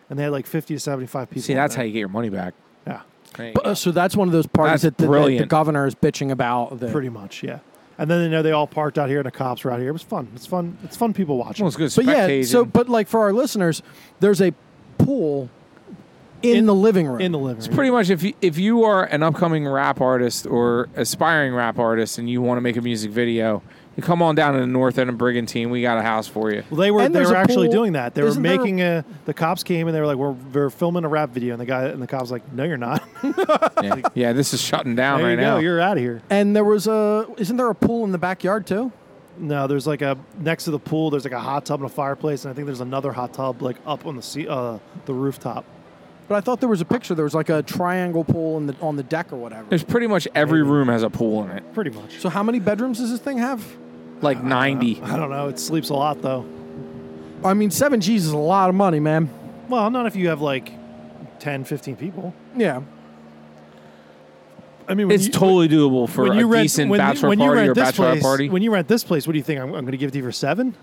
and they had like fifty to seventy five people. See, that's how you get your money back. how. Yeah. There you But, go. uh, so that's one of those parties That's that the, that the brilliant. governor is bitching about. That, Pretty much. Yeah. And then you know they all parked out here, and the cops were out here. It was fun. It's fun. It's fun. People watching. Well, it's but good yeah, so spectating. but like for our listeners, there's a pool in, In- the living room. in the living. It's room. pretty much if you, if you are an upcoming rap artist or aspiring rap artist and you want to make a music video, you come on down to the North End of Brigantine. We got a house for you. Well, they were And they there's were a actually pool. doing that. They were Isn't there a- making a, the cops came and they were like, "We're we're filming a rap video," and the guy and the cops like, "No, you're not. Yeah, Yeah, this is shutting down there right you go. now. You're out of here." and there was a isn't there a pool in the backyard too? No, there's like a next to the pool. There's like a hot tub and a fireplace, and I think there's another hot tub like up on the sea, uh, the rooftop. But I thought there was a picture. There was like a triangle pool in the on the deck or whatever. There's pretty much every room has a pool in it, Pretty much. So how many bedrooms does this thing have? Uh, like 90. I don't know. It sleeps a lot though. I mean, seven G's is a lot of money, man. Well, not if you have like 10, 15 people. Yeah. I mean, when It's you, totally doable for a decent when you- bachelor when you party rent or this bachelorette place, party. When you rent this place, what do you think? I'm, I'm going to give it to you for seven.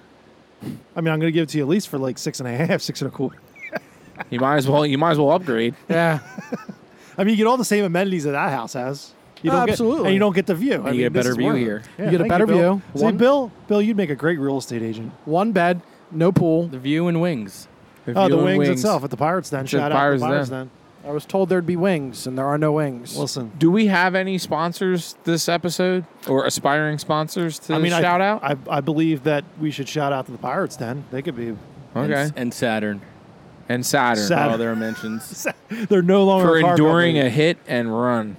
I mean, I'm going to give it to you at least for like six and a half, six and a quarter. You might as well. You might as well upgrade. Yeah. I mean, you get all the same amenities that that house has. You don't Get, Absolutely. and you don't get the view. I you mean, get a this better is view worth it. here. Yeah, You get a thank better Bill. view. See, One- Bill, Bill, you'd make a great real estate agent. One bed, no pool. The view and wings. Oh, the Viewing wings, itself at the Pirates Den. It's Shout the out to Pirates the Pirates Den. I was told there'd be wings, and there are no wings. Listen, Do we have any sponsors this episode or aspiring sponsors to I mean, I- shout out? I, I believe that we should shout out to the Pirates Den. They could be. okay. And, And, and Saturn. Saturn. Saturn. All their mentions. They're no longer For a car enduring company. a hit and run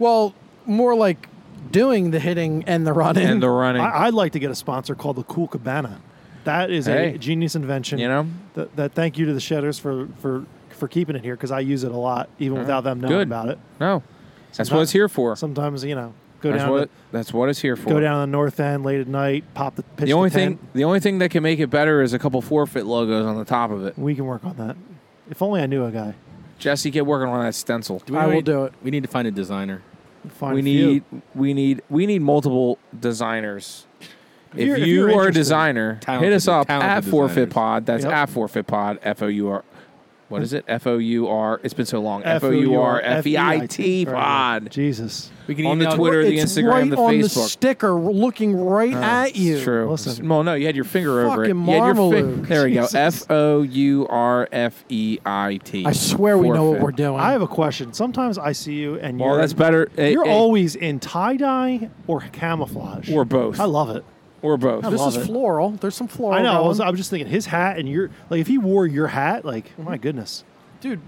well, more like doing the hitting and the running. and the running. I, I'd like to get a sponsor called the Cool Cabana. That is Hey. a genius invention. you know, Th- that thank you to the Shedders for for for keeping it here because I use it a lot even without them knowing Uh-huh. Good. about it. no, that's what it's here for. Sometimes you know go That's down what to, that's what it's here for. go down the north end late at night, pop the pitch. the only to thing, 10. the only thing that can make it better is a couple forfeit logos on the top of it. we can work on that. If only I knew a guy. Jesse, get working on that stencil. Do we I will need- do it. We need to find a designer. Find We a few. need, we need, we need multiple designers. If, you're- if you you're are a interested. designer, Talented- hit us up talented at Forfeit designers. Pod. That's Yep. at Forfeit Pod. F O U R. What is it? F O U R. It's been so long. F O U R F E I T Right, right. Pod. Jesus. We can On the email- Twitter, the it's Instagram, right the on the Facebook. sticker, looking right at you. It's true. Listen. Well, no, you had your finger over it. Fucking You had your Marmaluke. there we go. Jesus. F O U R F E I T. I swear we know what Forfeit. we're doing. I have a question. Sometimes I see you and Well, you're that's better. Eh, You're eh, always in tie dye or camouflage Or both. I love it. Or both. I this love is it. floral. There's some floral. I know. I going. was, I was just thinking his hat and your like if he wore your hat, like Mm-hmm. my goodness, dude.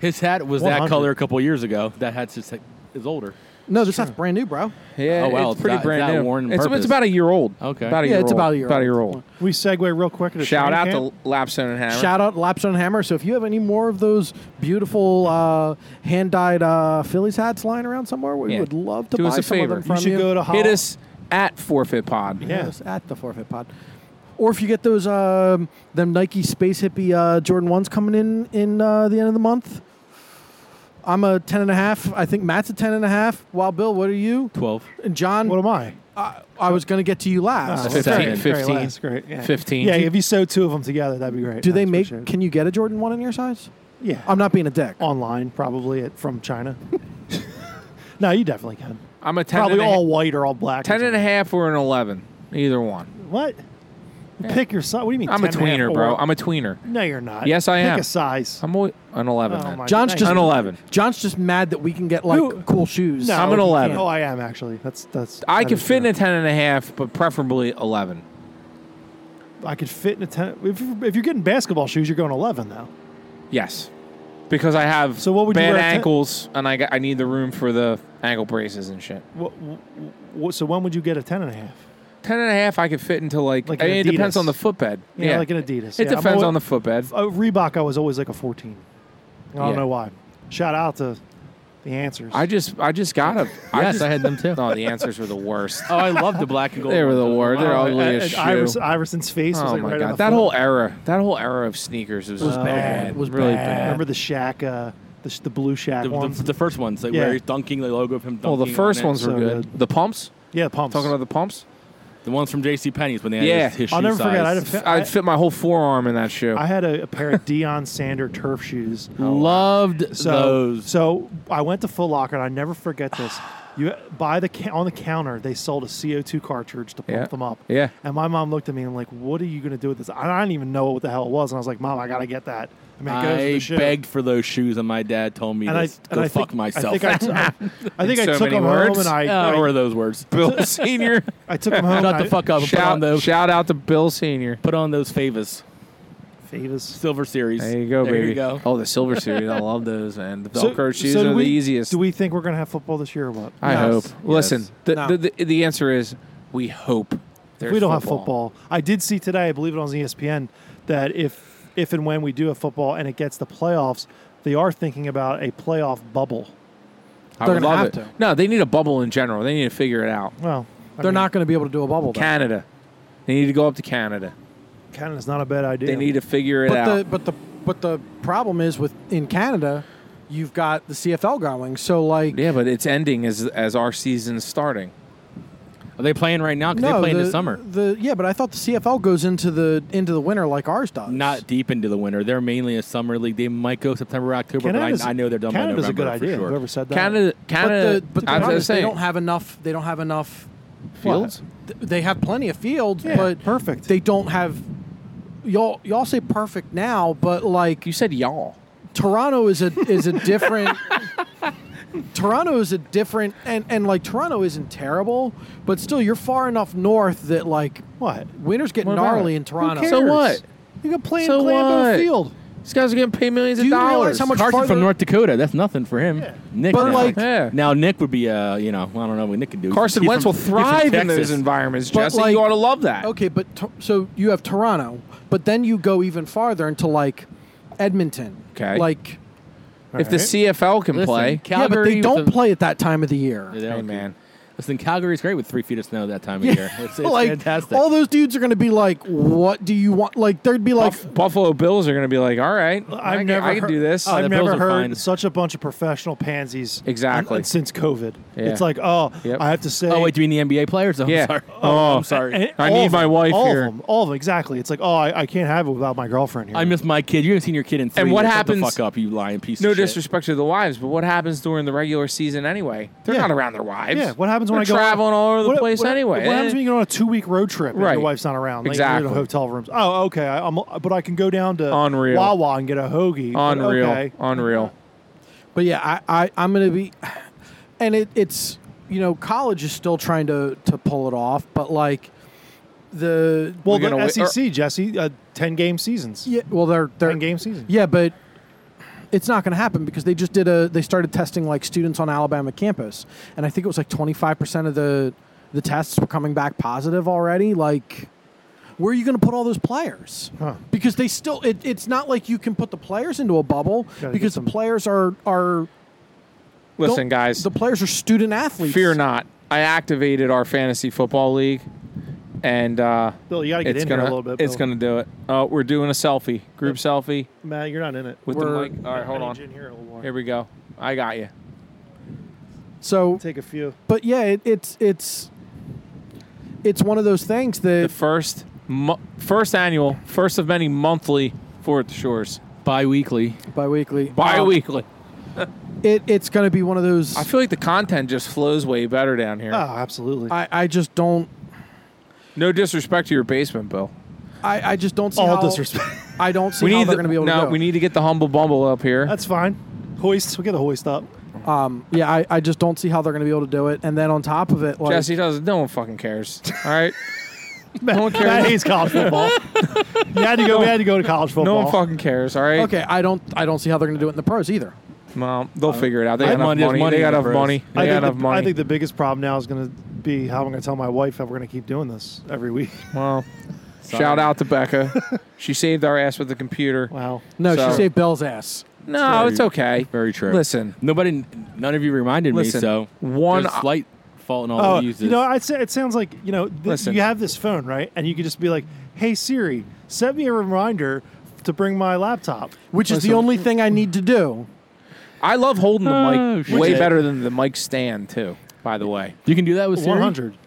His hat was 100. that color a couple years ago. That hat just is older. No, this hat's brand new, bro. Yeah, Oh, wow, it's it's pretty not- brand it's not new. worn on it's, it's purpose. about a year old. Okay. About a Yeah, year it's old. about a year About a old. year old. we segue real quick. Into Shout training out camp. to Lapstone and Hammer. Shout out Lapstone Hammer. So if you have any more of those beautiful uh, hand dyed uh, Phillies hats lying around somewhere, we Yeah. would love to Do buy us some a favor. of them from You should go to Hit Holla- us at Forfeit Pod. Yeah. Yes, at the forfeit pod. Or if you get those um, them Nike Space Hippie uh, Jordan ones coming in in uh, the end of the month, I'm a ten and a half. I think Matt's a ten and a half. Wild Bill, what are you? 12. And John, What am I? I, I was going to get to you last. Oh, fifteen, great, great, fifteen. that's great. Yeah. 15. Yeah, if you sew two of them together, that'd be great. Do they That's make? appreciated. Can you get a Jordan one in your size? yeah, I'm not being a dick. online probably at, from China. no, you definitely can. I'm a 10 Probably and a all white or all black. or 10 and a something. half or an 11. Either one. What? Pick your size. What do you mean? I'm a 10 and half tweener, bro. or- I'm a tweener. no, you're not. Yes, I am. Pick a size. I'm always, an 11. Oh then. my John's goodness. just an 11. John's just mad that we can get like Who- cool shoes. No, I'm an you 11. can't. Oh, I am actually. That's that's. I that could is fit in true. a 10 and a half, but preferably 11. I could fit in a ten. If you're, if you're getting basketball shoes, you're going eleven though. Yes. Because I have So what would you bad wear at 10? ankles, and I, got, I need the room for the ankle braces and shit. What, what, so when would you get a ten and a half? 10 and a half, I could fit into like, Like I an mean, it depends Adidas. on the footbed. Yeah, like an Adidas. It Yeah, I'm depends alwa- on the footbed. Uh, Reebok, I was always like a fourteen. I don't Yeah. know why. Shout out to the answers. I just, I just got a. Yes, just, I had them too. No, the answers were the worst. Oh, I love the black and gold. They were the ones. worst. Oh, They're ugly as shit. Ivers, uh, Iverson's face was Oh like my right on the god, that floor. whole era, that whole era of sneakers was, was bad. bad. Was really bad. bad. Remember the Shaq, uh, the, sh- the blue Shaq The, ones? the, the first ones, like Yeah. where he's dunking, the logo of him dunking. Well, the first on it. ones were So good. good. The pumps. yeah, pumps. Talking about the pumps, The ones from J.C. Penney's when they had Yeah. his, his I'll shoe never forget, size. I had a fa- I'd fit my whole forearm in that shoe. I had a, a pair of Dion Sander turf shoes. Oh, loved So, those. so I went to Foot Locker, and I never forget this. You by the ca- on the counter, they sold a CO2 cartridge to pump Yeah. them up. Yeah. And my mom looked at me and like, "What are you going to do with this?" And I didn't even know what the hell it was, and I was like, "Mom, I got to get that." I mean, it goes with I the shoe. begged for those shoes, and my dad told me and I to and go I fuck think, I myself. think I, t- I, I think I so took many them words. home and I, Oh, I, were those words? Bill Senior, I took them home. Shut and the fuck up. and Put on shout, those. shout out to Bill Senior. Put on those favas. I, Favors. Silver series. There you go, there baby. You go. Oh, the silver series. I love those, man. The Velcro shoes do are we, the easiest. Do we think we're going to have football this year or what? I hope. Yes. Listen, Yes. the, No. the, the the answer is we hope. If there's we don't have football. I did see today, I believe it was on E ESPN, that if if and when we do have football and it gets the playoffs, they are thinking about a playoff bubble. I They're would gonna love it. have to. No, they need a bubble in general. They need to figure it out. Well, I They're mean, not going to be able to do a bubble. Though. Canada. They need to go up to Canada. Canada's not a bad idea. They need to figure it but out. the but the but the problem is with in Canada, you've got the CFL going. So like, yeah, but it's ending as as our season's starting. Are they playing right now? Because no, they play in the, the summer. The yeah, but I thought the CFL goes into the into the winter like ours does. Not deep into the winter. They're mainly a summer league. They might go September, October, Canada's, but I, I know they're done Canada's by November a good idea. for sure. Whoever said that. Canada, but Canada. the, but the I was problem just is they saying, don't have enough. They don't have enough fields. Th- They have plenty of fields, Yeah, but perfect. They don't have. Y'all y'all say perfect now, but like You said y'all. Toronto is a is a different. Toronto is a different and and like Toronto isn't terrible, but still you're far enough north that like What? winters get What about gnarly it? in Toronto. Who So cares? what? You can play So in Lambeau what? Field. These guys are getting paid millions Do of you realize dollars. how much Carson farther- from North Dakota. That's nothing for him. Nick, But now. like- Yeah. now Nick would be, uh, you know, I don't know what Nick can do. Carson He's Wentz from- will he's from thrive in Texas. those environments, But, Jesse. like- you ought to love that. Okay, but to, so you have Toronto, but then you go even farther into like Edmonton. Okay. like If the Alright. CFL can Listen, play, Cal- Calgary yeah, but they with don't the- play at that time of the year. Yeah, they don't Hey, do- man. Listen, Calgary's great with three feet of snow that time of year. It's, it's like fantastic. all those dudes are going to be like, "What do you want?" Like there'd be like, Buff- Buffalo Bills are going to be like, all right, I I've can, never I can heard- do this. I've the never Bills are heard fine. such a bunch of professional pansies. Exactly. un- since COVID, Yeah. it's like, oh, Yep. I have to say. oh, wait, do you mean the NBA players? Oh, Yeah. I'm sorry. Oh, I'm sorry. and- I all need of my them, wife all here. Of them, all of them, exactly. It's like, oh, I, I can't have it without my girlfriend here. I miss my kid. You haven't seen your kid in three And what years. Shut happens- the fuck up, you lying piece no of shit. disrespect to the wives, but what happens during the regular season anyway? They're Yeah. not around their wives. Yeah, what happens when They're I go traveling all over the What- place what- anyway? What happens Eh, when you go on a two-week road trip and Right. your wife's not around? Like, Exactly. You're in hotel rooms. Oh, okay. I, I'm, but I can go down to Unreal. Wawa and get a hoagie. but Unreal, Okay. unreal. but yeah, I, I I'm going to be, and it, it's you know, college is still trying to to pull it off, but like the Well, We're the gonna wi- SEC, Jesse, uh, ten-game seasons. yeah, well they're they're Ten-game season. yeah, but it's not going to happen because they just did a they started testing like students on Alabama campus, and I think it was like 25 percent of the the tests were coming back positive already, like. Where are you going to put all those players? Huh. Because they still, it, it's not like you can put the players into a bubble get because the some- players are are don't- Listen, guys, The players are student athletes. fear not. I activated our fantasy football league, and uh, Bill, you got to get it's in gonna here a little bit. it's Bill. gonna do it. Uh, we're doing a selfie, group selfie Matt, you're not in it. with We're- the mic. All right, hold I need on. you in here a little more. Here we go. I got you. So, Take a few. but yeah, it, it's it's it's one of those things that The first, mo- first annual, first of many monthly for the shores. Bi-weekly. biweekly, um, Bi-weekly. it, it's going to be one of those. I feel like the content just flows way better down here. Oh, absolutely. I, I just don't. no disrespect to your basement, Bill. I, I just don't see All how, disrespect. I don't see how they're going to be able no, to. go. we need to get the humble bumble up here. That's fine. Hoist. We'll get a hoist up. Um, yeah, I, I just don't see how they're going to be able to do it. And then on top of it, like, Jesse doesn't. No one fucking cares. All right. No one cares. Matt hates college football. you had to go. We had to go to college football. No one fucking cares. All right. okay, I don't I don't see how they're going to do it in the pros either. Well, they'll figure it out. They Uh, I- got enough money money. is money They got in the enough pros. money. I They got think, enough the, I money. think the biggest problem now is going to be how I'm going to tell my wife that we're going to keep doing this every week. Well, shout out to Becca. she saved our ass with the computer. Wow. No, So- she saved Bell's ass. No, Very- it's okay. Very true. Listen, Nobody, none of you reminded Listen, me. So one- there's slight fault in all Oh, the uses. you know, I'd say it sounds like you know th- Listen. you have this phone, right? And you could just be like, "Hey Siri, set me a reminder to bring my laptop." Which is the Listen. only thing I need to do. I love holding the mic shit. way better than the mic stand too. By the way, you can do that with Siri. 100.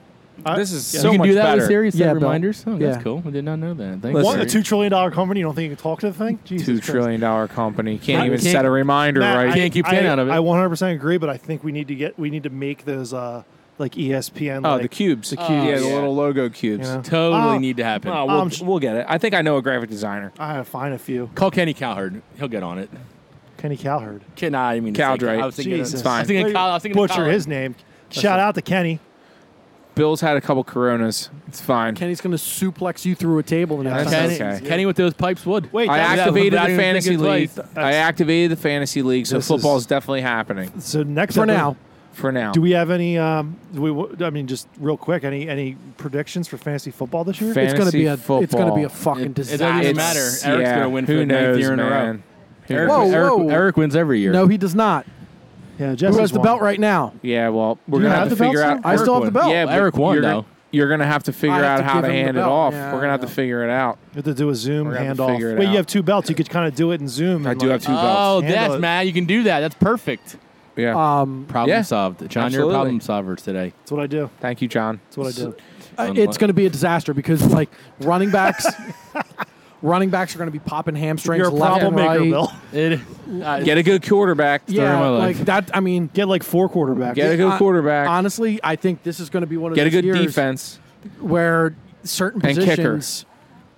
I- this is yeah. so you can much do that with better. Siri. Set Yeah, Bill. reminders. Oh, Yeah. that's cool. I did not know that. Thanks. Listen. What, Siri. a two trillion dollar company? You don't think you can talk to the thing? Jesus Two Christ. trillion dollar company can't I even can't- set a reminder Matt, right. I, Can't keep I- 10 out of it. I 100 percent agree, but I think we need to get we need to make those uh like ESPN. oh, like, the cubes, the cubes. yeah, the yeah. little logo cubes. You know? Totally Oh. need to happen. Oh, Call we'll, Um, sh- we'll get it. I think I know a graphic designer. I gotta find a few. Kenny Cowherd. He'll get on it. Kenny Cowherd. Ken, nah, I didn't mean to say Cowdrey. Cow- I was thinking. Jesus. It's fine. I was thinking. Cow- I was thinking Butcher Cow- his name. Shout out to Kenny. Bill's had a couple Coronas. It's fine. Kenny's going to suplex you through a table the next That's time. Kenny, Okay. Kenny with those pipes would. Wait, I that- activated without the even fantasy thinking league. twice. I activated the fantasy league, so This football is- is definitely happening so next For up- now, for now. Do we have any? Um, do we, w- I mean, just real quick, any any predictions for fantasy football this year? Fan- it's going to be a Fantasy it's going to be a It, fucking it doesn't disaster. even It's- matter. Eric's gonna win for who the ninth knows, year in a row. man. Who Eric, knows? Whoa, Eric, whoa. Eric wins every year. No, he does not. yeah, Who Jesse's has the one. belt right now? Yeah, well, we're you gonna have have to the belt figure out. still? I still have the belt. Yeah, but Eric won, you're though. Gonna, you're gonna have to figure have out to how give to him the hand it belt. off. Yeah, we're gonna have to I know. figure it out. You have to do a Zoom We're gonna have to handoff. figure it Wait, out. you have two belts. You could kind of do it in Zoom. I and do like- have two Oh, belts. that's Handle it. man. You can do that. That's perfect. Yeah. Um, Problem Yeah, solved. John, absolutely. you're a problem solver today. That's what I do. Thank you, John. That's what I do. uh, it's going to be a disaster because like running backs, running backs are going to be popping hamstrings You're a left problem and maker, right. Bill. It, Get a good quarterback. Yeah, my like life. that. I mean, Get like four quarterbacks. Get a good Hon- quarterback. Honestly, I think this is going to be one of Get a those good years defense. where certain And kicker. positions,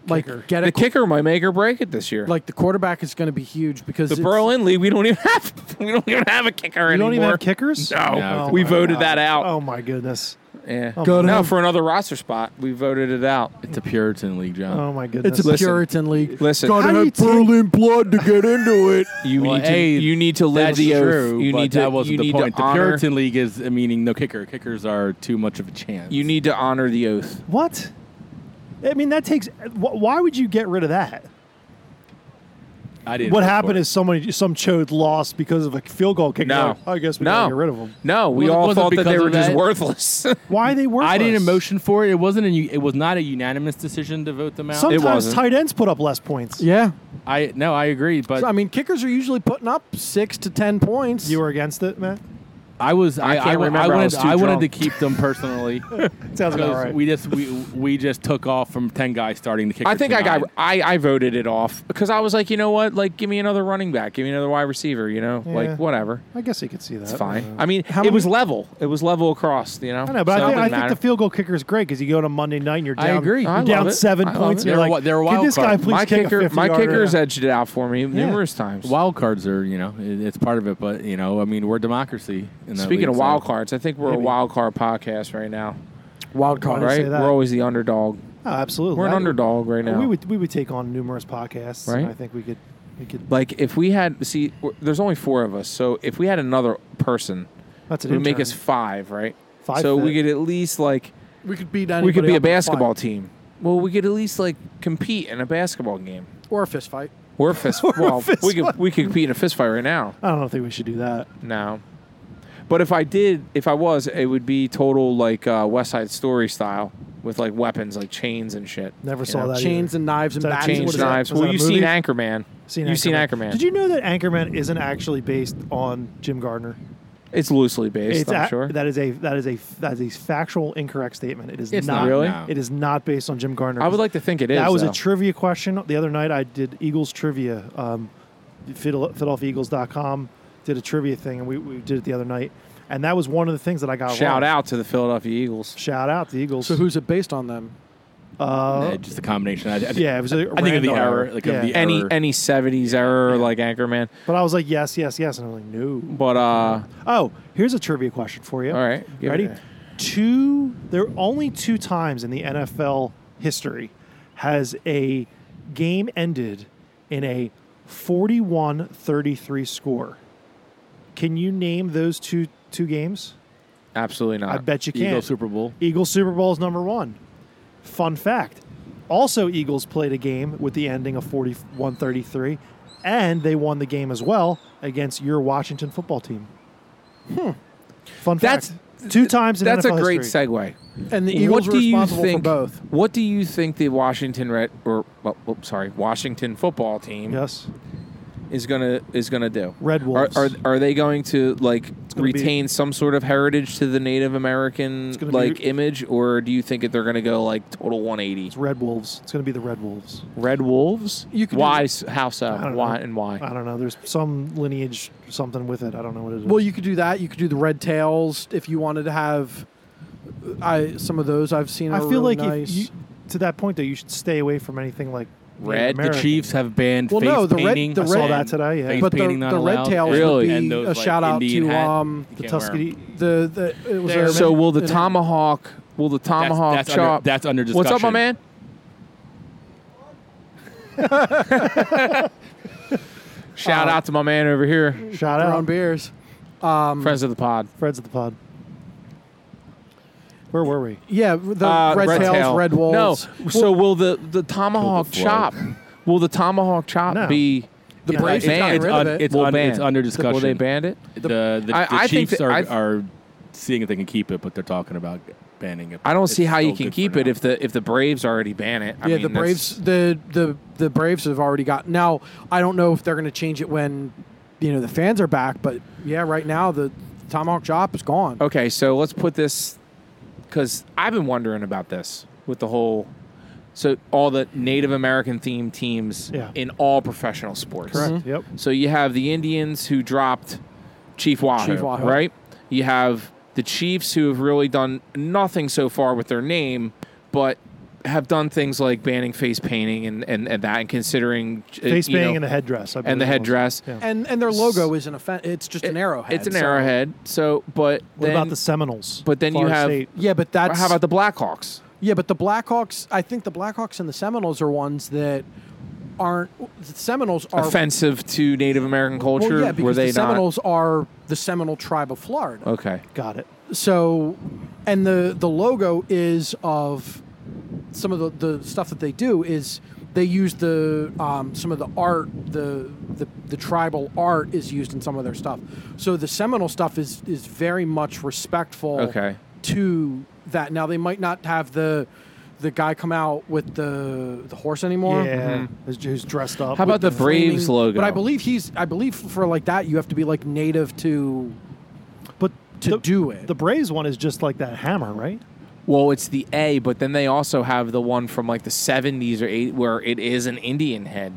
like get a The kicker might make or break it this year. like the quarterback is going to be huge because the it's- Berlin League, we don't even have we don't even have a kicker You anymore. don't even have kickers. No, No, we my voted God. that out. Oh my goodness. Yeah. Go to no, him. for another roster spot, we voted it out. it's a Puritan league, John. Oh my goodness. It's a Listen. Puritan league. Listen. Gotta How do you have take- Berlin blood to get into it. You Well, need to A, you need to live That's the true. oath. You but need to that wasn't you the need point. to the honor Puritan league is uh, meaning no kicker. Kickers are too much of a chance. you need to honor the oath. what? I mean, that takes. wh- Why would you get rid of that? I didn't What vote for happened it. is somebody, some chode lost because of a field goal kick. No. I guess we No. gotta get rid of them. No, we Was it- all was it thought that they because were of just that? worthless. Why they were? I didn't motion for it. It wasn't. A, u- it was not a unanimous decision to vote them out. Sometimes wasn't. tight ends put up less points. Yeah, I no, I agree, but So, I mean, kickers are usually putting up six to ten points. You were against it, Matt. I was. I, I, can't wa- I remember. I wanted. was too I wanted drunk. to keep them personally. Sounds about because right. We just we we just took off from ten guys starting the kicker. I think to I got nine. I, I voted it off because I was like, you know what, like give me another running back, give me another wide receiver, you know, Yeah. like whatever, I guess you could see that. it's fine. Yeah. I mean, How it many- was level, it was level across, you know. I know, but So it I, think, didn't I think the matter. field goal kicker is great because you go to Monday night and you're I down, agree. you're I love down it. seven I love points. it. And you're They're like, a wi- they're a can wild this guy card. please my kick a kicker 50 my yarder? kicker's edged it out for me numerous times. Wild cards are you know it, it's part of it, but you know I mean we're a democracy. In that Speaking league, of so- wild cards, I think we're Maybe. a wild card podcast right now, wild card. Right. say right? that. We're always the underdog. Oh, absolutely. We're an I- underdog right now. We would we would take on numerous podcasts. and Right. I think we could we could. like if we had see, w- there's only four of us, so if we had another person, That's it an would make intern. us five, right? Five so we fit. could at least like We could beat we anybody could be a up in fight. basketball team. Well, we could at least like compete in a basketball game or a fist fight. or a fist. well, fist we could fight. we could compete in a fist fight right now. I don't think we should do that. No, but if I did, if I was, it would be total like uh, West Side Story style with like weapons, like chains and shit. Never you saw know? that. Chains and knives and Is that a bats. chain What Chains, is that? knives. Was Well, that a you've seen movie? Anchorman. Seen You've seen Anchorman. Did you know that Anchorman isn't actually based on Jim Gardner? It's loosely based, It's I'm a- sure. that is a that is a that is a factual incorrect statement. It is It's not. not, Really? no. It is not based on Jim Gardner. I would like to think it is. that was though. a trivia question the other night. I did Eagles trivia. Um, fiddle, fiddleoffeagles.com did a trivia thing, and we, we did it the other night. And that was one of the things that I got. Shout wrong. out to the Philadelphia Eagles. Shout out the Eagles. So who's it based on them? Uh, Yeah, just a combination. I, I think, yeah, it was. A I think of the random error, like Yeah. of the Any error. any '70s error like Anchorman, But I was like, yes, yes, yes, and I'm like, no. but uh, Oh, here's a trivia question for you. all right, give it Ready? a- Two. There are only two times in the NFL history has a game ended in a 41-33 score. Can you name those two two games? Absolutely not. I bet Uh, you can. Eagle Super Bowl. Eagles Super Bowl is number one. Fun fact. Also, Eagles played a game with the ending of 41 33, and they won the game as well against your Washington football team. Hmm. Fun That's- fact. Two times in That's a NFL great history. segue. And the Eagles what were do you responsible think? for both. What do you think the Washington Red or well, oh, sorry, Washington football team Yes. is gonna is gonna do? Red Are, Wolves. are are they going to like gonna be- retain some sort of heritage to the Native American gonna be- like image, or do you think that they're going to go like total 180? It's Red Wolves. It's going to be the Red Wolves. Red Wolves? You could why? s- How so? don't Why know. and why? I don't know. There's some lineage, something with it. I don't know what it is. Well, you could do that. You could do the red tails if you wanted to have. uh, I some of those I've seen. Are I feel really like nice. if you, to that point, though, you should stay away from anything like Native Red, the The American. Chiefs have banned Well, face no, the red- painting. the I saw red, that today, yeah. Face but the, painting not the red allowed. tails Really? would be And those, a like, shout out Indian to hat. um You The can't wear 'em. Tuskegee. the the it was There. a- So will the an- tomahawk? Will the tomahawk that's under- chop? that's under What's up, my discussion. man? Shout out to my man over here, Shout their out. own beers. friends of the pod. Fred's at the pod. Where were we? Yeah, the Uh, red, tails, tail. red wolves. No. So will the the tomahawk flow. chop? Will the tomahawc chop No. be the Yeah, Braves have gotten banned? rid of Un- it. it's, Will un- ban. it's under discussion. Will they ban it? The, the, the I- I think Chiefs that- are, I've- are seeing if they can keep it, but they're talking about banning it. I don't see It's how you still can good keep for it now. if the if the Braves already ban it. I yeah, mean, the that's- Braves the the the Braves have already got now. I don't know if they're going to change it when you know the fans are back, but yeah, right now the tomahawk chop is gone. Okay, so let's put this because I've been wondering about this with the whole. So all the Native American themed teams Yeah. in all professional sports. Mm-hmm. Yep. So you have the Indians who dropped Chief Wahoo, Chief Wahoo. right? You have the Chiefs who have really done nothing so far with their name, but have done things like banning face painting and, and, and that and considering uh, Face you know, painting and the headdress. I and the believe it was. headdress. Yeah. And and their logo isn't a fe- it's just an arrowhead. It's an so- arrowhead. So, but What then, about the Seminoles? but then you Florida have- State. Yeah, but that's how about the Blackhawks? Yeah, but the Blackhawks. I think the Blackhawks and the Seminoles are ones that aren't. The Seminoles are offensive to Native American Well, culture? yeah, because Were they the Seminoles are the Seminole tribe of Florida. not? Okay. Got it. So, and the the logo is of some of the, the stuff that they do is they use the um, some of the art the, the the tribal art is used in some of their stuff. So the Seminole stuff is is very much respectful Okay. to that. Now they might not have the the guy come out with the the horse anymore. Yeah. Mm-hmm. Who's, who's dressed up? How about the Braves Flaming- logo? But I believe he's I believe for like that you have to be like native to but to the, do it. The Braves one is just like that hammer, right? Well, it's the A, but then they also have the one from like the 70s or 8 where it is an Indian head.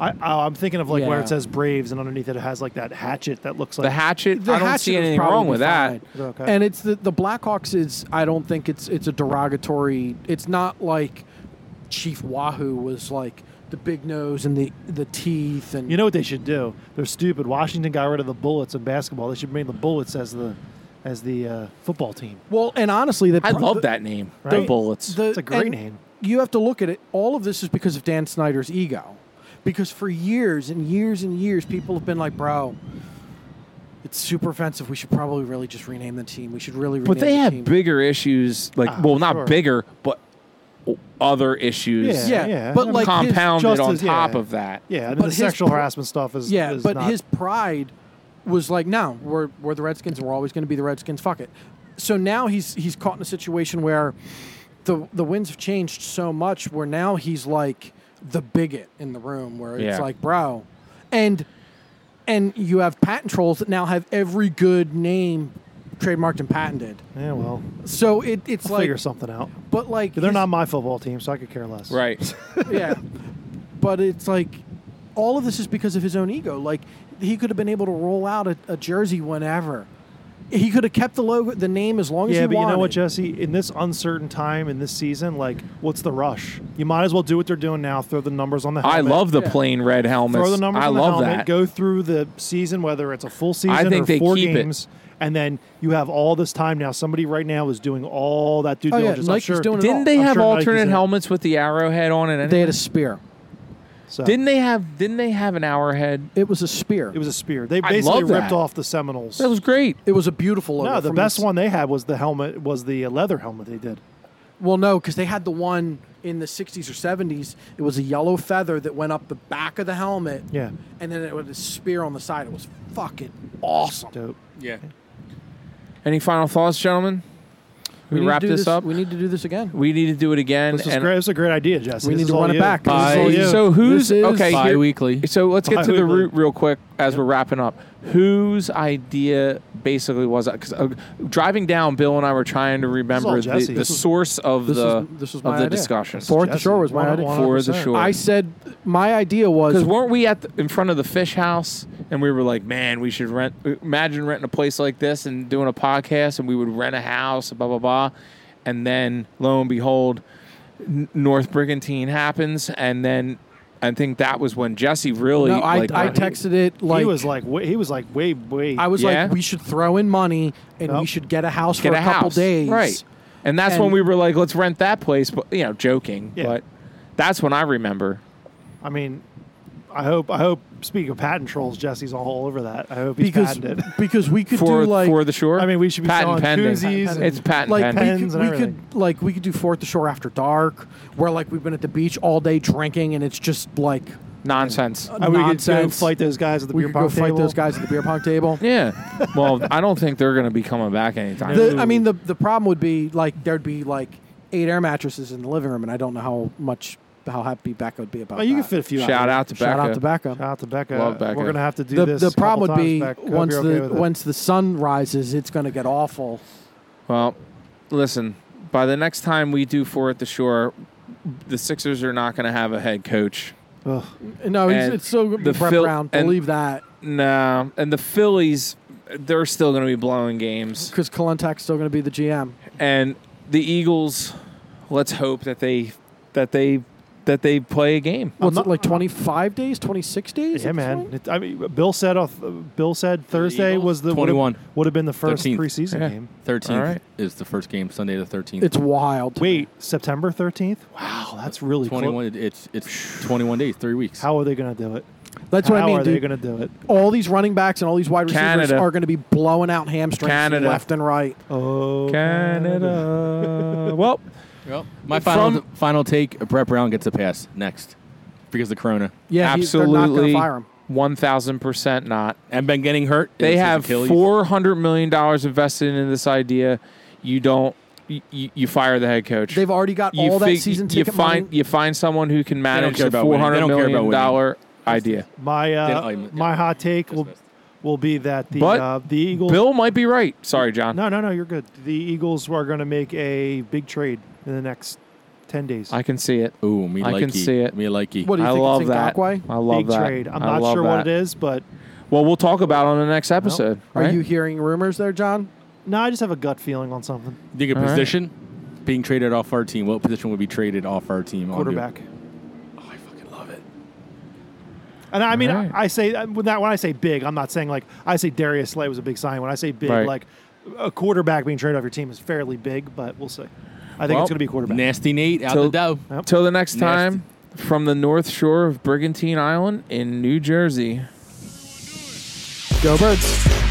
I, oh, I'm thinking of like where Yeah. it says Braves, and underneath it, it has like that hatchet that looks like The hatchet, The I don't hatchet see would anything probably wrong be with fine. that. Okay. And it's the the Blackhawks is I don't think it's it's a derogatory. It's not like Chief Wahoo was like the big nose and the the teeth and You know what they should do? They're stupid. Washington got rid of the bullets in basketball. They should bring the bullets as the as the uh, football team. well and honestly the I pro- love that name, the Right? Bullets. the- It's a great and name. You have to look at it. All of this is because of Dan Snyder's ego. Because for years and years and years, people have been like, bro, it's super offensive. We should probably really just rename the team. We should really rename but they the have team. bigger issues, like, Ah, well, not sure. bigger, but o- other issues Yeah, Yeah, but I like his, compounded just on as- top yeah. of that. Yeah, I mean, But the his sexual pro- harassment stuff is yeah, is but not- his pride was like, no, we're we're the Redskins and we're always going to be the Redskins. Fuck it. So now he's he's caught in a situation where the the winds have changed so much where now he's like, the bigot in the room where it's Yeah. like, bro, and and you have patent trolls that now have every good name trademarked and patented. Yeah, well, So it, it's like, figure something out. but like They're his- not my football team, so I could care less. Right. yeah. But it's like all of this is because of his own ego. Like he could have been able to roll out a, a jersey whenever. He could have kept the logo, the name as long as Yeah, he but you know what, wanted. Jesse? In this uncertain time in this season, like, what's the rush? You might as well do what they're doing now. Throw the numbers on the. Helmet, I love the Yeah. plain red helmets. Throw the numbers I on the love helmet. that. Go through the season, whether it's a full season think or they four keep it. games, and then you have all this time now. Somebody right now is doing all that due Oh, yeah, diligence. I'm Nike's sure. doing it Didn't all. they I'm have sure Nike's in alternate it. helmets with the arrowhead on it? They anyway? had a spear. So, didn't they have? Didn't they have an arrowhead? It was a spear. it was a spear. They I basically love that. ripped off the Seminoles. That was great. It was a beautiful logo. no, the from best s- one they had was the helmet. Was the leather helmet they did. Well, no, because they had the one in the '60s or '70s. It was a yellow feather that went up the back of the helmet. Yeah. And then it was a spear on the side. It was fucking awesome. Dope. Yeah. Any final thoughts, gentlemen? We, need to wrap do this, up. We We, need to do this again. need to do it again. This is and- great. This is a great idea, Jesse. We This need is to all run it you. back. This is all This is all you. you. So who's This is okay? here- Bi-weekly. So let's get to the Bi-weekly. root real quick as we're wrapping up. Whose idea basically was because uh, driving down, Bill and I were trying to remember This is all the, Jesse. the This was- source of this the was- this was of my the idea. discussion. For the shore was my One- idea. one For the 100%. shore. I said my idea was Because weren't we at the, in front of the fish house and we were like, man, we should rent. Imagine renting a place like this and doing a podcast, and we would rent a house, blah blah blah. And then lo and behold, N- North Brigantine happens, and then I think that was when Jesse really. no. I, like, I went- texted it like he was like, way, he was like, way, way. I was Yeah. like we should throw in money and we Nope. should get a house get for a, a, couple house. days. right? And that's when And- we were like, let's rent that place, but you know, joking. Yeah. But that's when I remember. I mean, I hope. I hope. Speaking of patent trolls, Jesse's all over that. I hope he's Because patented. because we could For, do like for the shore, I mean, we should be patent selling pending. koozies Patent and- It's patent like pending. we, pens could, and we everything. could like we could do fourth the shore after dark where like we've been at the beach all day drinking and it's just like nonsense. And we could go nonsense. fight those guys at the we beer could go pong fight table. those guys at the beer pong table. Yeah. Well, I don't think they're going to be coming back anytime. The, soon. I mean, the the problem would be like there'd be like eight air mattresses in the living room, and I don't know how much how happy Becca would be about. Oh, you that. can fit a few. shout out. out to Shout Becca. out to Becca. Shout out to Becca. Love Becca. We're gonna have to do the, this. the a couple problem would times, be Becca. Hope you're once okay the with it. once the sun rises, it's going to get awful. Well, listen. By the next time we do four at the shore, the Sixers are not going to have a head coach. Ugh. No, it's, And it's so going to the be Brett Phil- Brown. and- Believe that No, and the Phillies, they're still going to be blowing games. because Kalentak's still going to be the GM. And the Eagles, let's hope that they that they that they play a game. What's not- it like? Twenty five days? Twenty six days? Yeah, at this man. point? It, I mean, Bill said off. Bill said Thursday Eagles? was the 21. Would have been the first 13th. preseason Yeah. game. 13th All right. is the first game, Sunday the 13th. It's wild. Wait, September thirteenth. Wow, that's really close. 21. It's it's 21 days, three weeks. How are they gonna do it? that's How what I mean, are they dude. gonna do it? all these running backs and all these wide receivers Canada. are going to be blowing out hamstrings Canada. left and right. Oh, Canada. well, Well, my final From- final take: Brett Brown gets a pass next because of Corona, Yeah, he- they're not absolutely. going to fire him. One thousand percent not. and been getting hurt. They It's his have Achilles. four hundred million dollars invested in this idea. You don't. You, you fire the head coach. They've already got you all that fig- season you ticket find money. you find someone who can manage care a about four winning. They hundred don't care million about dollar idea. My They uh, don't- my hot take will will be that the But uh, the Eagles. Bill might be right. Sorry, John. no, no, no. You're good. The Eagles are going to make a big trade in the next ten days. I can see it. Ooh, me I likey. can see it. Me likey. What do you I think? love it's that. Ngakwe? I love big that. trade. I'm I not love sure what that. it is, but Well, we'll talk about it on the next episode. Are right? you hearing rumors there, John? no, I just have a gut feeling on something. Think a All right. position being traded off our team. What position would be traded off our team? I'll do it. Quarterback. Oh, I fucking love it. And I mean, Alright. I, I say when that when I say big, I'm not saying like I say Darius Slay was a big sign. When I say big, Right. like a quarterback being traded off your team is fairly big, but we'll see. I think Well, it's going to be quarterback. Nasty Nate out Till- the dough. Till the next Nasty. time, from the North Shore of Brigantine Island in New Jersey. Go Birds.